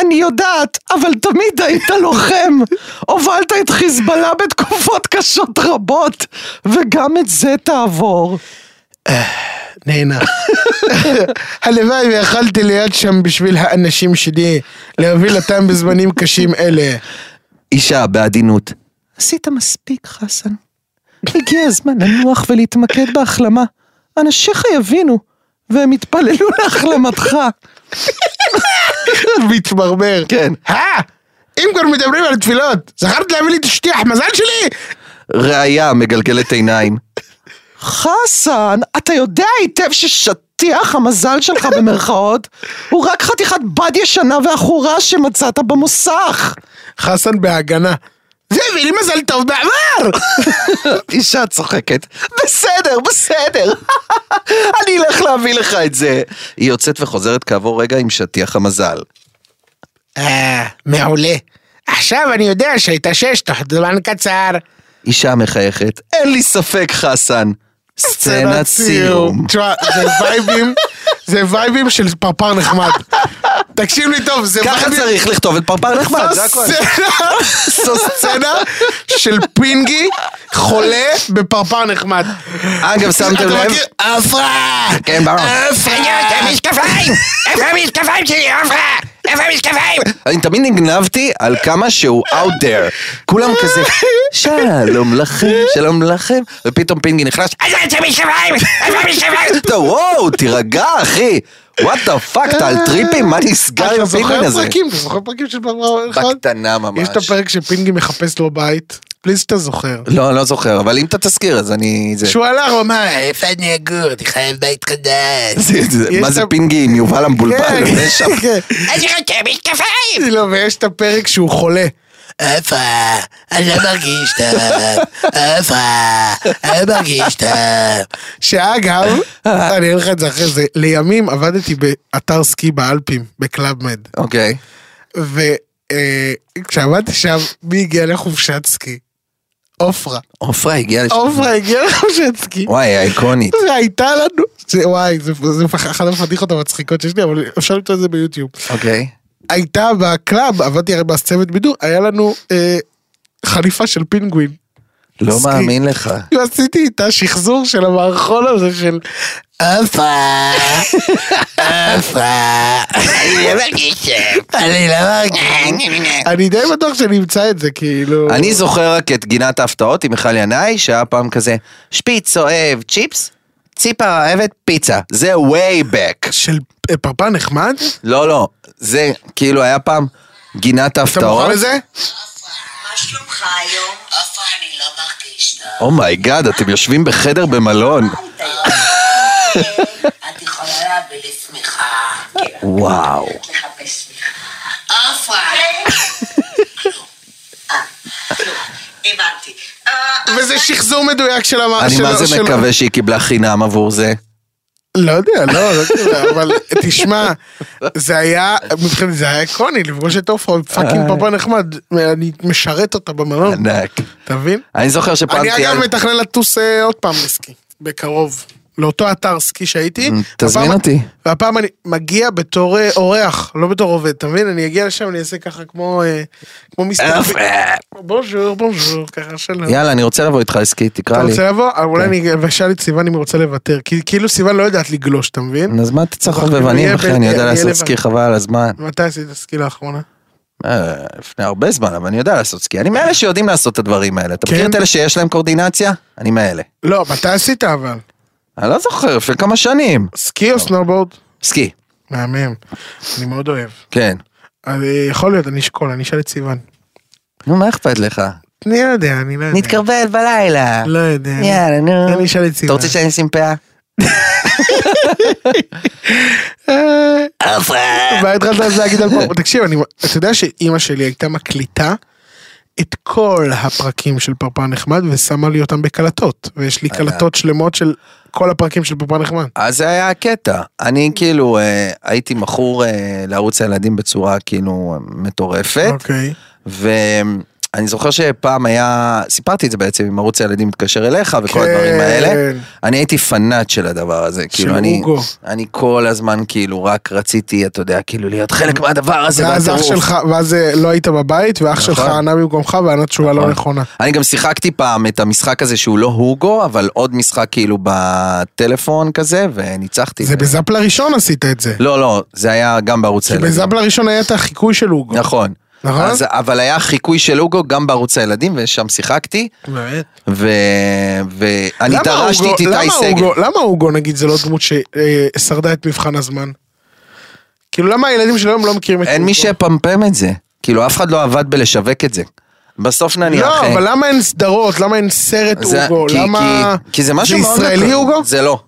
אני יודעת, אבל תמיד היית לוחם. הובלת את חיזבאללה בתקופות קשות רבות, וגם את זה תעבור.
נהנה. הלוואי ויכלתי להיות שם בשביל האנשים שלי, להוביל אותם בזמנים קשים אלה.
אישה, בעדינות. עשית מספיק, חסן. הגיע הזמן לנוח ולהתמקד בהחלמה. אנשיך יבינו, והם יתפללו להחלמתך.
מתמרמר.
כן.
אה, אם כבר מדברים על תפילות, זכרת להביא לי את אשתי החמזל שלי?
ראיה מגלגלת עיניים. חסן, אתה יודע היטב ששטיח המזל שלך במרכאות הוא רק חתיכת בד ישנה ועכורה שמצאת במוסך.
חסן בהגנה. זה הביא לי מזל טוב בעבר!
אישה צוחקת. בסדר, בסדר. אני אלך להביא לך את זה. היא יוצאת וחוזרת כעבור רגע עם שטיח המזל.
אה, מעולה. עכשיו אני יודע שהייתה שש תוך זמן קצר.
אישה מחייכת. אין לי ספק, חסן. סצנת סיום.
תשמע, זה וייבים, זה וייבים של פרפר נחמד. תקשיב לי טוב, זה
ככה
וייבים...
צריך לכתוב את פרפר נחמד, זה
זו
הכול.
סצנה- זו סצנה של פינגי חולה בפרפר נחמד.
אגב, שמתם
אתה
לב?
מכיר? עפרה!
כן, ברור.
עפרה!
המשקפיים! איפה המשקפיים שלי, עופרה? איפה המשקפיים?
אני תמיד נגנבתי על כמה שהוא out there. כולם כזה, שלום לכם, שלום לכם, ופתאום פינגי נחלש,
אז איפה המשקפיים? איפה המשקפיים?
אתה וואו, תירגע אחי, וואט דה פאק, אתה על טריפים? מה נסגר עם
אתה
הפינגווין
זוכר
הזה?
פרקים? אתה זוכר פרקים של פרפר נחמד?
בקטנה ממש.
יש את הפרק שפינגי מחפש לו בית, בלי שאתה זוכר.
לא, לא זוכר, אבל אם אתה תזכיר אז אני... זה-
שהוא הלך, "אה, הוא אמר,
איפה אני אגור? אני חייב בית חדש.
זה- זה-
יש
מה זה
את ה-
פינגי עם יובל המבולבל?
כן.
זה שם.
כן.
אז איך אתה משקפיים?
לא, ויש את הפרק שהוא חולה.
איפה? אני לא מרגיש טוב. איפה? אני לא מרגיש טוב.
שאגב, אני אראה לך את זה אחרי זה, לימים עבדתי באתר סקי באלפים, בקלאבמד.
אוקיי.
וכשעמדתי אה, שם, מי הגיע לחופשת סקי? עופרה.
עופרה הגיעה לשם.
עופרה הגיעה לחופשת סקי.
וואי, אייקונית.
והייתה לנו, זה- וואי, זה זה אחת הפדיחות המצחיקות שיש לי, אבל אפשר למצוא את זה ביוטיוב.
אוקיי.
הייתה בקלאב, עבדתי הרי בצוות בידור, היה לנו אה, חליפה של פינגווין.
לא
מסכים.
מאמין לך.
כאילו, עשיתי את השחזור של המערכון הזה של...
עפה, עפה, אני לא מרגיש שם, אני לא מרגיש.
אני די בטוח שנמצא את זה, כאילו...
אה. אני זוכר רק את גינת ההפתעות עם מיכל ינאי, שהיה פעם כזה, שפיץ אוהב צ'יפס, ציפה אוהבת פיצה. זה way back.
של אה, פרפר נחמד?
לא, לא, זה כאילו היה פעם גינת
אתה
ההפתעות.
מוכן לזה?
מה שלומך היום? עפה, אני לא מרגיש טוב.
אומייגאד, אתם יושבים בחדר במלון.
את יכולה להביא לי שמיכה.
וואו.
אה,
לחפש שמיכה. עפה. אה, הבנתי. אה,
וזה שחזור מדויק של המ...
אני
של-
מה
של-
זה מקווה שהיא קיבלה חינם עבור זה.
לא יודע, לא, לא יודע, אבל תשמע, זה היה, מבחינתי זה היה איקוני, לפגוש את עופרה, פאקינג
אה.
פרפר נחמד, אני משרת אותה במלון,
ענק.
אתה מבין?
אני זוכר שפעם
אני אגב
טיילנו-
מתכנן לטוס אה, עוד פעם לסקי, בקרוב. לאותו אתר סקי שהייתי.
תזמין
והפעם-
אותי.
והפעם אני מגיע בתור אה, אורח, לא בתור עובד, אתה מבין? אני אגיע לשם, אני אעשה ככה כמו... אה, כמו מסתכל. בונז'ור, בונז'ור, ככה שלום.
אה. יאללה, אני רוצה לבוא איתך עסקי,
אתה
תקרא לי. כן.
רוצה לבוא? אבל אולי אני אשאל את סיוון אם היא רוצה לוותר. כי כאילו סיוון לא יודעת לגלוש, אתה מבין?
אז מה אתה צריך
אנחנו
חובבנים,
נהיה
אחי?
ב-
אני יודע
נהיה
לעשות
לבד.
סקי חבל על הזמן.
מתי עשית סקי לאחרונה?
אה, לפני הרבה זמן, אבל אני יודע לעשות סקי. אני מאלה שיודעים לעשות את הדברים האלה. אתה
כן?
מכיר את אלה שיש להם קורדינציה? אני מאלה.
לא, מתי עשית אבל?
אני לא זוכר, לפני כמה שנים.
סקי
לא.
או סנובורד?
סקי,
מהמם. אני מאוד אוהב.
כן.
אז, אה, יכול להיות, אני אשקול, אני אשאל את סיוון.
נו, מה אכפת לך?
אני לא יודע, אני לא יודע.
נתקרבל בלילה.
לא יודע.
יאללה, נו.
אני אשאל את
אתה
סיוון.
רוצה שאני אשים פאה?
אה,
עפה.
מה התחלת אז להגיד על פרפר? תקשיב, אני- אתה יודע שאימא שלי הייתה מקליטה את כל הפרקים של פרפר נחמד ושמה לי אותם בקלטות. ויש
אה,
לי קלטות שלמות של כל הפרקים של פרפר נחמד.
אז זה היה הקטע. אני כאילו אה, הייתי מכור אה, לערוץ הילדים בצורה כאילו מטורפת.
אוקיי.
ואני זוכר שפעם היה, סיפרתי את זה בעצם, אם ערוץ הילדים מתקשר אליך וכל
כן.
הדברים האלה. אני הייתי פנאט של הדבר הזה, כאילו אני,
אוגו.
אני כל הזמן כאילו רק רציתי, אתה יודע, כאילו להיות חלק מהדבר הזה,
ואז אח
מהטירוף.
שלך, ואז אה, לא היית בבית, ואח
נכון.
שלך ענה במקומך וענה תשובה לא נכונה.
אני גם שיחקתי פעם את המשחק הזה שהוא לא הוגו, אבל עוד משחק כאילו בטלפון כזה, וניצחתי.
זה
ו-
בזאפ לראשון עשית את זה.
לא, לא, זה היה גם בערוץ הילדים.
בזאפ לראשון היה את החיקוי של אוגו.
נכון.
נכון?
אז, אבל היה חיקוי של אוגו גם בערוץ הילדים, ושם שיחקתי,
באמת.
ו... ואני
למה
דרשתי
אוגו-
את איתי
למה
סגל.
אוגו- למה אוגו נגיד זה לא דמות ששרדה את מבחן הזמן? כאילו למה הילדים של היום לא מכירים את
אין מי שיפמפם את זה. כאילו, אף אחד לא עבד בלשווק את זה. בסוף נניח...
לא,
אה,
אבל למה אין סדרות? למה אין סרט
זה-
אוגו?
כי-
למה...
כי- כי זה משהו מאוד...
ישראלי
מקום.
אוגו?
זה לא.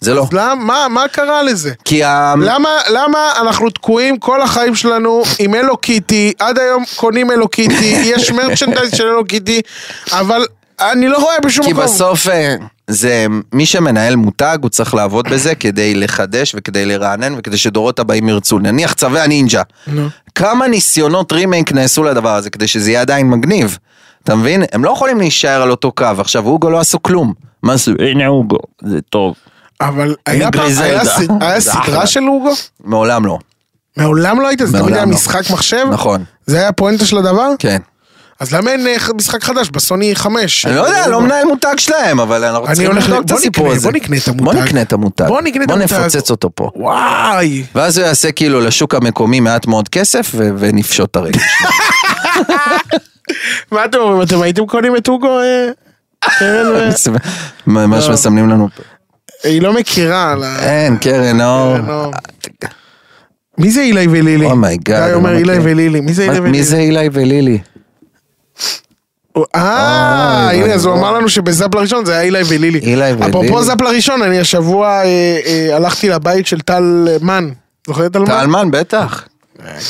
זה לא.
אז לא, למה- מה- מה קרה לזה?
כי ה...
למה, למה אנחנו תקועים כל החיים שלנו עם אלו קיטי, עד היום קונים אלו קיטי, יש מרצ'נדייז של אלו קיטי, אבל אני לא רואה בשום
כי
מקום.
בסוף אה, זה מי שמנהל מותג הוא צריך לעבוד בזה כדי לחדש וכדי לרענן וכדי שדורות הבאים ירצו נניח צווי הנינג'ה. כמה ניסיונות רימייק נעשו לדבר הזה כדי שזה יהיה עדיין מגניב. אתה מבין? הם לא יכולים להישאר על אותו קו עכשיו אוגו לא עשו כלום. מה עשו? הנה אוגו זה טוב.
אבל היה פעם-
גריזלדה.
היה ס- היה
זה
סדרה
אחלה.
של אוגו?
מעולם לא.
מעולם לא היית, זה תמיד
מעולם
היה
לא.
משחק מחשב?
נכון.
זה היה הפואנטה של הדבר?
כן.
אז למה אין אה, משחק חדש בסוני 5?
אני לא יודע, לא מנהל מותג שלהם, אבל אנחנו
אני
צריכים
הולך
לבדוק
ל-
את
בוא
הסיפור
נקנה,
הזה.
בוא נקנה את
בוא
המותג.
נקנה את המותג.
בוא נקנה את המותג.
בוא נפוצץ אותו פה.
וואי.
ואז הוא יעשה כאילו לשוק המקומי מעט מאוד כסף ו- ונפשוט את הרגל.
מה אתם אומרים? אתם הייתם קונים את אוגו? אה? קרן ו-
ממש מסמנים לנו. פה.
היא לא מכירה. לה-
אין, קרן אור.
קרן אור. מי זה אילי ולילי?
אומייגאד.
גיא אומר אילי ולילי. מי זה אילי ולילי?
לא מי זה אילי ולילי?
הוא- אה,
אוי,
הנה,
אוי,
אז הוא
אוי.
אמר לנו שבזאפ לראשון זה היה אילי ולילי.
אילי ולילי.
אפרופו זאפ לראשון, אני השבוע אה, אה, הלכתי לבית של טל אה, מן. זוכר את טל מן?
טלמן בטח.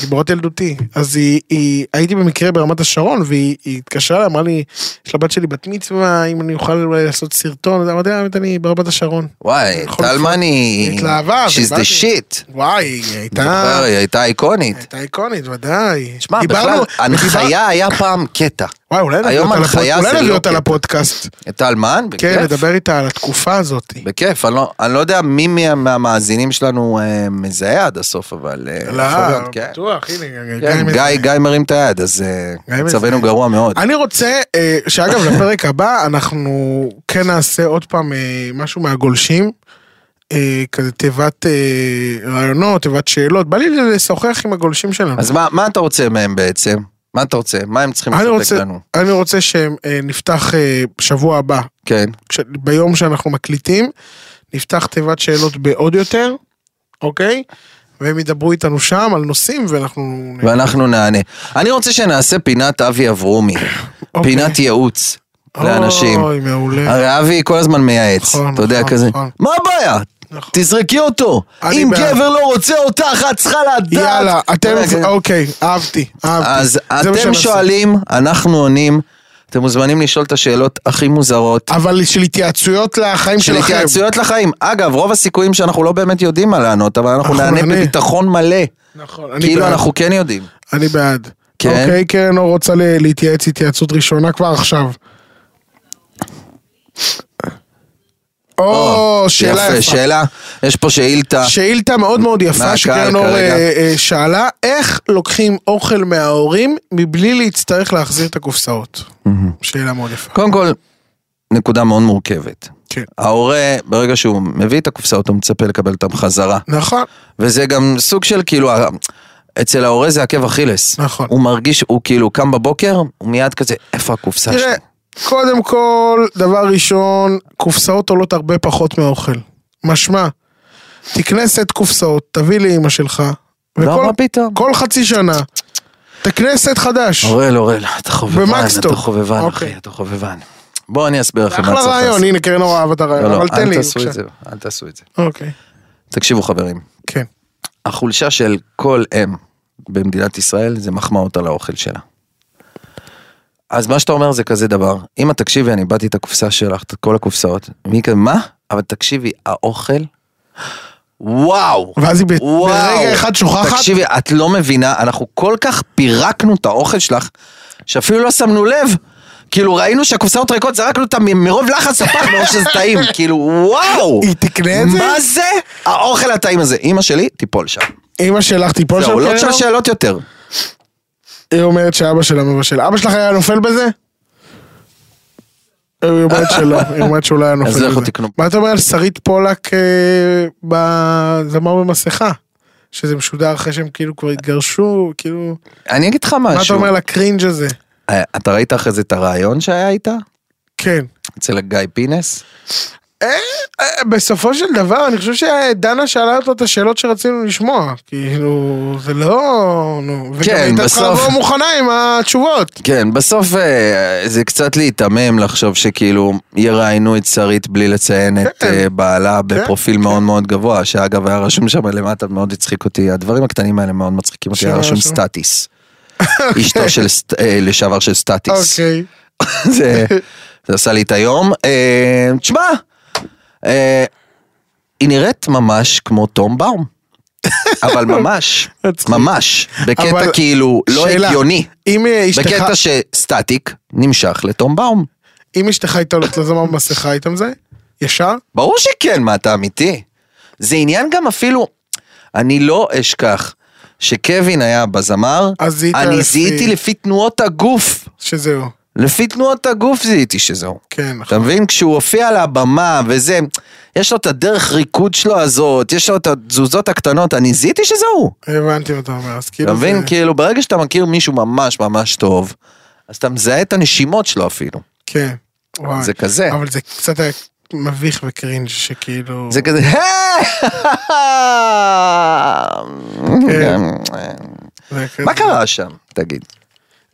גיבורת ילדותי. אז היא, היא, הייתי במקרה ברמת השרון, והיא היא התקשרה אליי, אמרה לי, יש לבת שלי בת מצווה, אם אני אוכל אולי לעשות סרטון, אז אמרתי לה, "האמת, אני ברמת השרון.
וואי,
יכול
טלמן
היא
היא...
התלהבה,
She's
ובאתי.
the shit.
וואי, היא הייתה,
זוכר, היא הייתה איקונית.
הייתה איקונית, ודאי.
שמע, בכלל,
ודיברנו-
הנחיה היה פעם קטע.
וואי, אולי נביא
היום
אותה
הנחיה
לפוד-
זה
אולי נביא
לא
אותה
קטע.
לפודקאסט.
את האלמן?
כן,
בכיף.
נדבר איתה על התקופה הזאת.
בכיף, אני לא, אני לא יודע מי מה, מהמאזינים שלנו אה, מזהה עד הסוף, אבל... אה,
לא,
יכול להיות, כן.
בטוח, הנה,
כן,
גיא
גיא, גיא מרים את היד, אז אה,
גיא
מצבנו
מזהה.
גרוע מאוד.
אני רוצה, אה, שאגב, לפרק הבא אנחנו כן נעשה עוד פעם אה, משהו מהגולשים. אה, כזה תיבת אה, רעיונות, תיבת שאלות. בא לי לשוחח עם הגולשים שלנו.
אז מה, מה אתה רוצה מהם בעצם? מה אתה רוצה? מה הם צריכים
אני
לספק
רוצה,
לנו?
אני רוצה שנפתח אה, שבוע הבא,
כן.
כש- ביום שאנחנו מקליטים, נפתח תיבת שאלות בעוד יותר, אוקיי? והם ידברו איתנו שם על נושאים ואנחנו...
ואנחנו נענה. אני רוצה שנעשה פינת אבי אברומי,
אוקיי.
פינת ייעוץ לאנשים.
אוי, מעולה.
הרי אבי כל הזמן מייעץ,
נכון,
אתה יודע
נכון,
כזה,
נכון.
מה הבעיה?
נכון.
תזרקי אותו,
אני
אם
בעד.
גבר לא רוצה אותך, את צריכה לדעת.
יאללה, אתם...
אתה יודע, כזה.
אוקיי, אהבתי, אהבתי.
אז
זה מה
אתם
שנעשה.
שואלים, אנחנו עונים, אתם מוזמנים לשאול את השאלות הכי מוזרות.
אבל של התייעצויות לחיים
של
שלכם.
התייעצויות לחיים. אגב, רוב הסיכויים שאנחנו לא באמת יודעים מה לענות, אבל אנחנו
אנחנו
נענה
נענה.
בביטחון מלא.
נכון, אני
כאילו
בעד.
אנחנו כן יודעים.
אני בעד.
כן.
אוקיי, קרן אור רוצה ל- להתייעץ התייעצות ראשונה כבר עכשיו. או, שאלה
יפה,
יפה.
שאלה, יש פה שאילתה.
שאילתה מאוד מאוד יפה
מהקהל
שקרן אור
כרגע.
אה, אה, שאלה, איך לוקחים אוכל מההורים מבלי להצטרך להחזיר את הקופסאות? שאלה מאוד יפה.
קודם כל, נקודה מאוד מורכבת.
כן.
ההורה, ברגע שהוא מביא את הקופסאות, הוא מצפה לקבל אותם חזרה.
נכון,
וזה גם סוג של כאילו, ה- אצל ההורה זה עקב אכילס.
נכון.
הוא מרגיש, הוא כאילו קם בבוקר, הוא מיד כזה, איפה הקופסה שלי?
תראה, קודם כל, דבר ראשון, קופסאות עולות הרבה פחות מהאוכל. משמע, תקנה סט קופסאות, תביא לאימא שלך,
לא, מה פתאום?
כל חצי שנה, תקנה סט חדש.
אוראל, אוראל, אתה חובבן,
במקסטופ.
אתה חובבן,
אוקיי.
אחי, אתה חובבן. בוא אני אסביר לכם מה צריך
אחלה רעיון, הנה קרן אור אהבת
לא,
הרעיון,
לא,
אבל תן
אל
לי,
תעשו את
בבקשה.
זה, אל תעשו את זה.
אוקיי,
תקשיבו חברים,
כן.
החולשה של כל אם במדינת ישראל זה מחמאות על האוכל שלה. אז מה שאתה אומר זה כזה דבר, אמא תקשיבי אני באתי את הקופסה שלך, את כל הקופסאות, והיא כזה מה? אבל תקשיבי האוכל, וואו,
ואז היא ב-
וואו,
ברגע אחד שוכחת?
תקשיבי את לא מבינה, אנחנו כל כך פירקנו את האוכל שלך, שאפילו לא שמנו לב. כאילו ראינו שהקופסאות ריקות זרקנו אותן מ- מרוב לחץ הפח מרוב שזה טעים, כאילו וואו!
היא תקנה את זה?
מה זה? האוכל הטעים הזה. אימא שלי, תיפול שם.
אמא שלך תיפול שם
זהו, לא
קרן
תשאל
אור?
שאלות יותר.
היא אומרת שאבא שלה מבשל. אבא שלך היה נופל בזה? היא אומרת שלא, היא אומרת שהוא לא היה נופל
אז
בזה.
לכו תקנו.
מה אתה אומר על שרית פולק אה, בזמר במסכה? שזה משודר אחרי שהם כאילו כבר התגרשו, כאילו...
אני אגיד לך משהו.
מה אתה אומר על הקרינג' הזה?
אה, אתה ראית אחרי זה את הרעיון שהיה איתה?
כן.
אצל גיא פינס?
אה, אה, בסופו של דבר, אני חושב שדנה שאלה אותו את השאלות שרצינו לשמוע. כאילו, זה לא... נו. וגם
כן,
היא הייתה
בסוף.
צריכה לבוא מוכנה עם התשובות.
כן, בסוף אה, זה קצת להיתמם לחשוב שכאילו יראיינו את שרית בלי לציין את
כן.
אה, בעלה בפרופיל מאוד מאוד גבוה, שאגב היה רשום שם למטה, מאוד הצחיק אותי, הדברים הקטנים האלה מאוד מצחיקים אותי, היה
שמה
רשום
רשום?
סטטיס. אשתו של, סט- אה, לשעבר של סטטיס.
אוקיי.
זה, זה עשה לי את היום. אה, תשמע, אה, היא נראית ממש כמו תום באום. אבל ממש,
מצחיק.
ממש, בקטע
אבל-
כאילו לא
שאלה.
הגיוני.
אם אה, אשתך...
בקטע שסטטיק נמשך לתום באום.
אם אשתך הייתה הולכת לזמר במסכה, היית מזהה? ישר?
ברור שכן, מה אתה אמיתי? זה עניין גם אפילו, אני לא אשכח שקווין היה בזמר,
אז זיהית
אני
לפי-
זיהיתי לפי תנועות הגוף.
שזהו.
לפי תנועות הגוף זיהיתי שזהו.
כן,
אתה
נכון.
מבין? כשהוא הופיע על הבמה וזה, יש לו את הדרך ריקוד שלו הזאת, יש לו את התזוזות הקטנות, אני זיהיתי שזה הוא.
הבנתי מה אתה אומר, אז כאילו...
אתה
זה-
מבין? כאילו, ברגע שאתה מכיר מישהו ממש ממש טוב, אז אתה מזהה את הנשימות שלו אפילו.
כן. וואי.
זה כזה.
אבל זה קצת היה מביך וקרינג' שכאילו...
זה כזה,
כן.
כן.
זה כזה-
מה קרה שם? תגיד.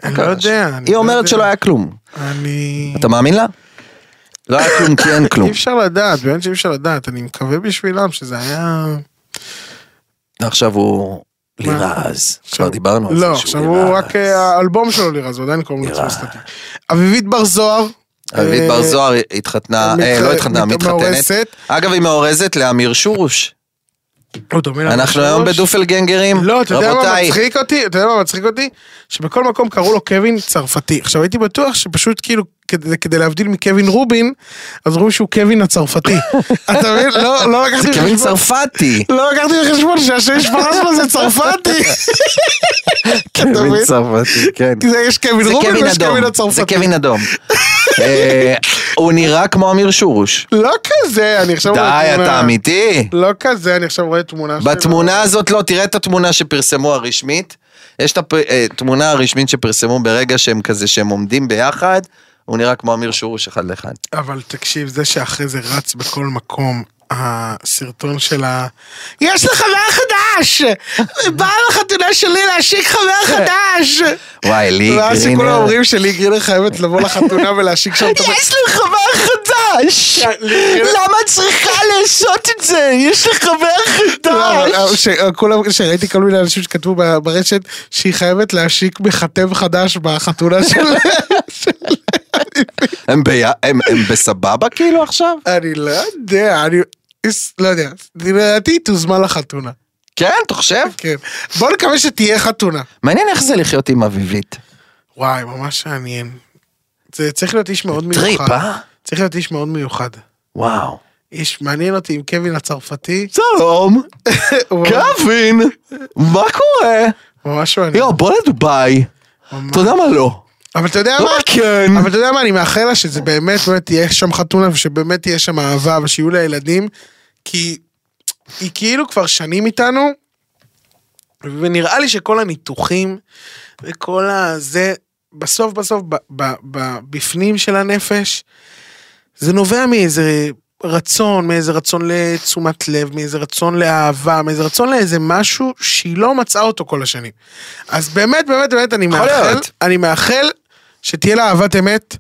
אני
מה
לא
קרה שם?
יודע. אני
היא
לא
אומרת
יודע.
שלא היה כלום.
אני...
אתה מאמין לה? לא היה כלום כי אין כלום.
אי אפשר לדעת, באמת שאי אפשר לדעת. אני מקווה בשבילם שזה היה...
לא, עכשיו הוא לירז. כבר
עכשיו-
דיברנו על זה
לא,
שהוא
עכשיו הוא
לירז.
רק אה, האלבום שלו לירז, הוא עדיין קוראים לו
לירז.
סטטי. אביבית בר זוהר.
אביבית
אה,
בר זוהר התחתנה, אה,
מתח-
לא התחתנה,
מת-
מתחתנת.
מאורסת.
אגב, היא מאורזת לאמיר שורוש.
הוא דומה לנו
אנחנו היום
שלוש.
בדופלגנגרים.
לא, אתה יודע מה
רבותיי,
מצחיק אותי? אתה יודע מה מצחיק אותי? שבכל מקום קראו לו קווין צרפתי. עכשיו הייתי בטוח שפשוט כאילו, כדי, כדי להבדיל מקווין רובין, אז אומרים שהוא קווין הצרפתי. אתה מבין? לא, לא לקחתי
זה קווין צרפתי.
לא לקחתי בחשבון שהשם משפחה שלו זה צרפתי. אתה מבין?
קווין צרפתי, כן.
כי זה- יש קווין
זה
רובין
קווין
ויש קווין
אדום. זה
הצרפתי.
קווין אדום. אה, הוא נראה כמו אמיר שורוש.
לא כזה, אני עכשיו רואה
די,
תמונה.
אתה אמיתי?
לא כזה, אני עכשיו רואה תמונה שלו.
בתמונה הזאת לא, תראה את התמונה שפרסמו הרשמית. יש את התמונה הרשמית שפרסמו ברגע שהם כזה, שהם עומדים ביחד, הוא נראה כמו אמיר שורוש אחד לאחד.
אבל תקשיב, זה שאחרי זה רץ בכל מקום, הסרטון של ה... יש לי חבר חדש! בא לחתונה שלי להשיק חבר חדש!
וואי, לי
ואז שכולם
גרינר.
אומרים שלי גרינר חייבת לבוא לחתונה ולהשיק שם את
יש לי חבר חדש! למה את צריכה לעשות את זה? יש לי חבר
לא,
חדש!
אה, כולם, שראיתי כל מיני אנשים שכתבו ב- ברשת שהיא חייבת להשיק מחטב חדש בחתונה שלה.
הם ביה- הם הם בסבבה כאילו עכשיו?
אני לא יודע, אני לא יודע, לדעתי היא תוזמן לחתונה.
כן, אתה חושב?
כן. בוא נקווה שתהיה חתונה.
מעניין איך זה לחיות עם אביבית.
וואי, ממש מעניין. זה צריך להיות איש מאוד מיוחד.
טריפ, אה?
צריך להיות איש מאוד מיוחד.
וואו.
איש, מעניין אותי עם קווין הצרפתי.
שלום, אה,
הוא
קווין, מה קורה?
ממש מעניין.
יואו, בוא לדובאי.
ממש.
אתה יודע מה לא?
אבל אתה יודע
לא,
מה?
כן.
אבל אתה יודע מה, אני מאחל לה שזה באמת, באמת תהיה שם חתונה, ושבאמת תהיה שם אהבה, ושיהיו לה ילדים, כי היא כאילו כבר שנים איתנו, ונראה לי שכל הניתוחים, וכל הזה, בסוף בסוף, ב, ב, ב, בפנים של הנפש, זה נובע מאיזה רצון, מאיזה רצון לתשומת לב, מאיזה רצון לאהבה, מאיזה רצון לאיזה משהו שהיא לא מצאה אותו כל השנים. אז באמת, באמת, באמת, אני
יכול
מאחל,
להיות.
אני מאחל שתהיה לה אהבת אמת,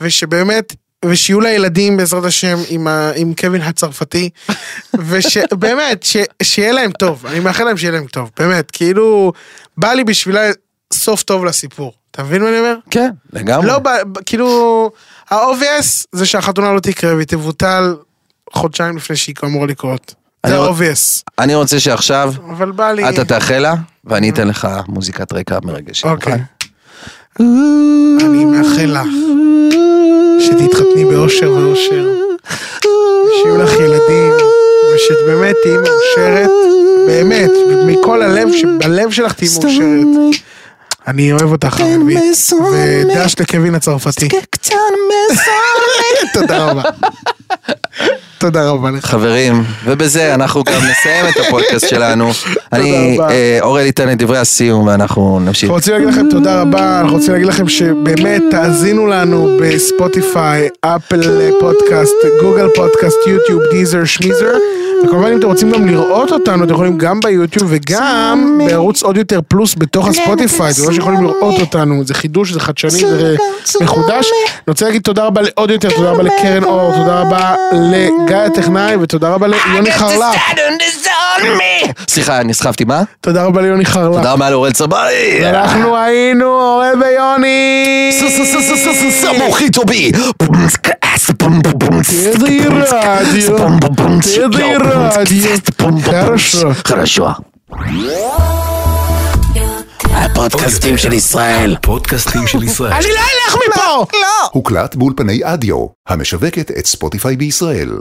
ושבאמת, ושיהיו לה ילדים בעזרת השם עם, ה, עם קווין הצרפתי, ושבאמת, ש- שיהיה להם טוב, אני מאחל להם שיהיה להם טוב, באמת, כאילו, בא לי בשבילה סוף טוב לסיפור, אתה מבין מה אני אומר?
כן, לגמרי.
לא, בא- ב- כאילו, ה-obvious זה שהחתונה לא תקרה והיא תבוטל חודשיים לפני שהיא אמורה לקרות.
אני
זה
רוצ-
ה-obvious,
אני רוצה שעכשיו
אבל בא לי...
אתה תאחל לה, ואני אתן לך מוזיקת רקע מרגשת.
אוקיי.
מוכן?
אני מאחל לך שתתחתני באושר ואושר, שיהיו לך ילדים, ושאת באמת תהיי מאושרת, באמת, מכל הלב, שבלב שלך תהיי מאושרת. אני אוהב אותך, אביבית, ודש לקווין הצרפתי. תודה רבה. תודה רבה לך.
חברים, ובזה אנחנו גם נסיים את הפודקאסט שלנו. אני,
רבה.
אה, אורל ייתן את דברי הסיום ואנחנו נמשיך.
אנחנו רוצים להגיד לכם תודה רבה, אנחנו רוצים להגיד לכם שבאמת תאזינו לנו בספוטיפיי, אפל אה, פודקאסט, גוגל פודקאסט, יוטיוב, דיזר, שמיזר. וכמובן אם אתם רוצים גם לראות אותנו, אתם יכולים גם ביוטיוב וגם בערוץ עוד יותר פלוס בתוך הספוטיפיי, אתם ממש יכולים לראות אותנו, זה חידוש, זה חדשני, זה מחודש. אני רוצה להגיד תודה רבה לעוד יותר, תודה רבה לקרן אור, תודה רבה לגיא הטכנאי ותודה רבה ליוני חרלפ.
סליחה, נסחפתי, מה?
תודה רבה ליוני חרלפ.
תודה רבה לאורל צברי.
אנחנו היינו אורל ויוני!
סמוכי טובי.
Тедый радио. Тедый радио. Хорошо.
Хорошо.
הפודקאסטים של ישראל.
הפודקאסטים של ישראל.
אני לא אלך מפה!
הוקלט באולפני אדיו, המשווקת את ספוטיפיי בישראל.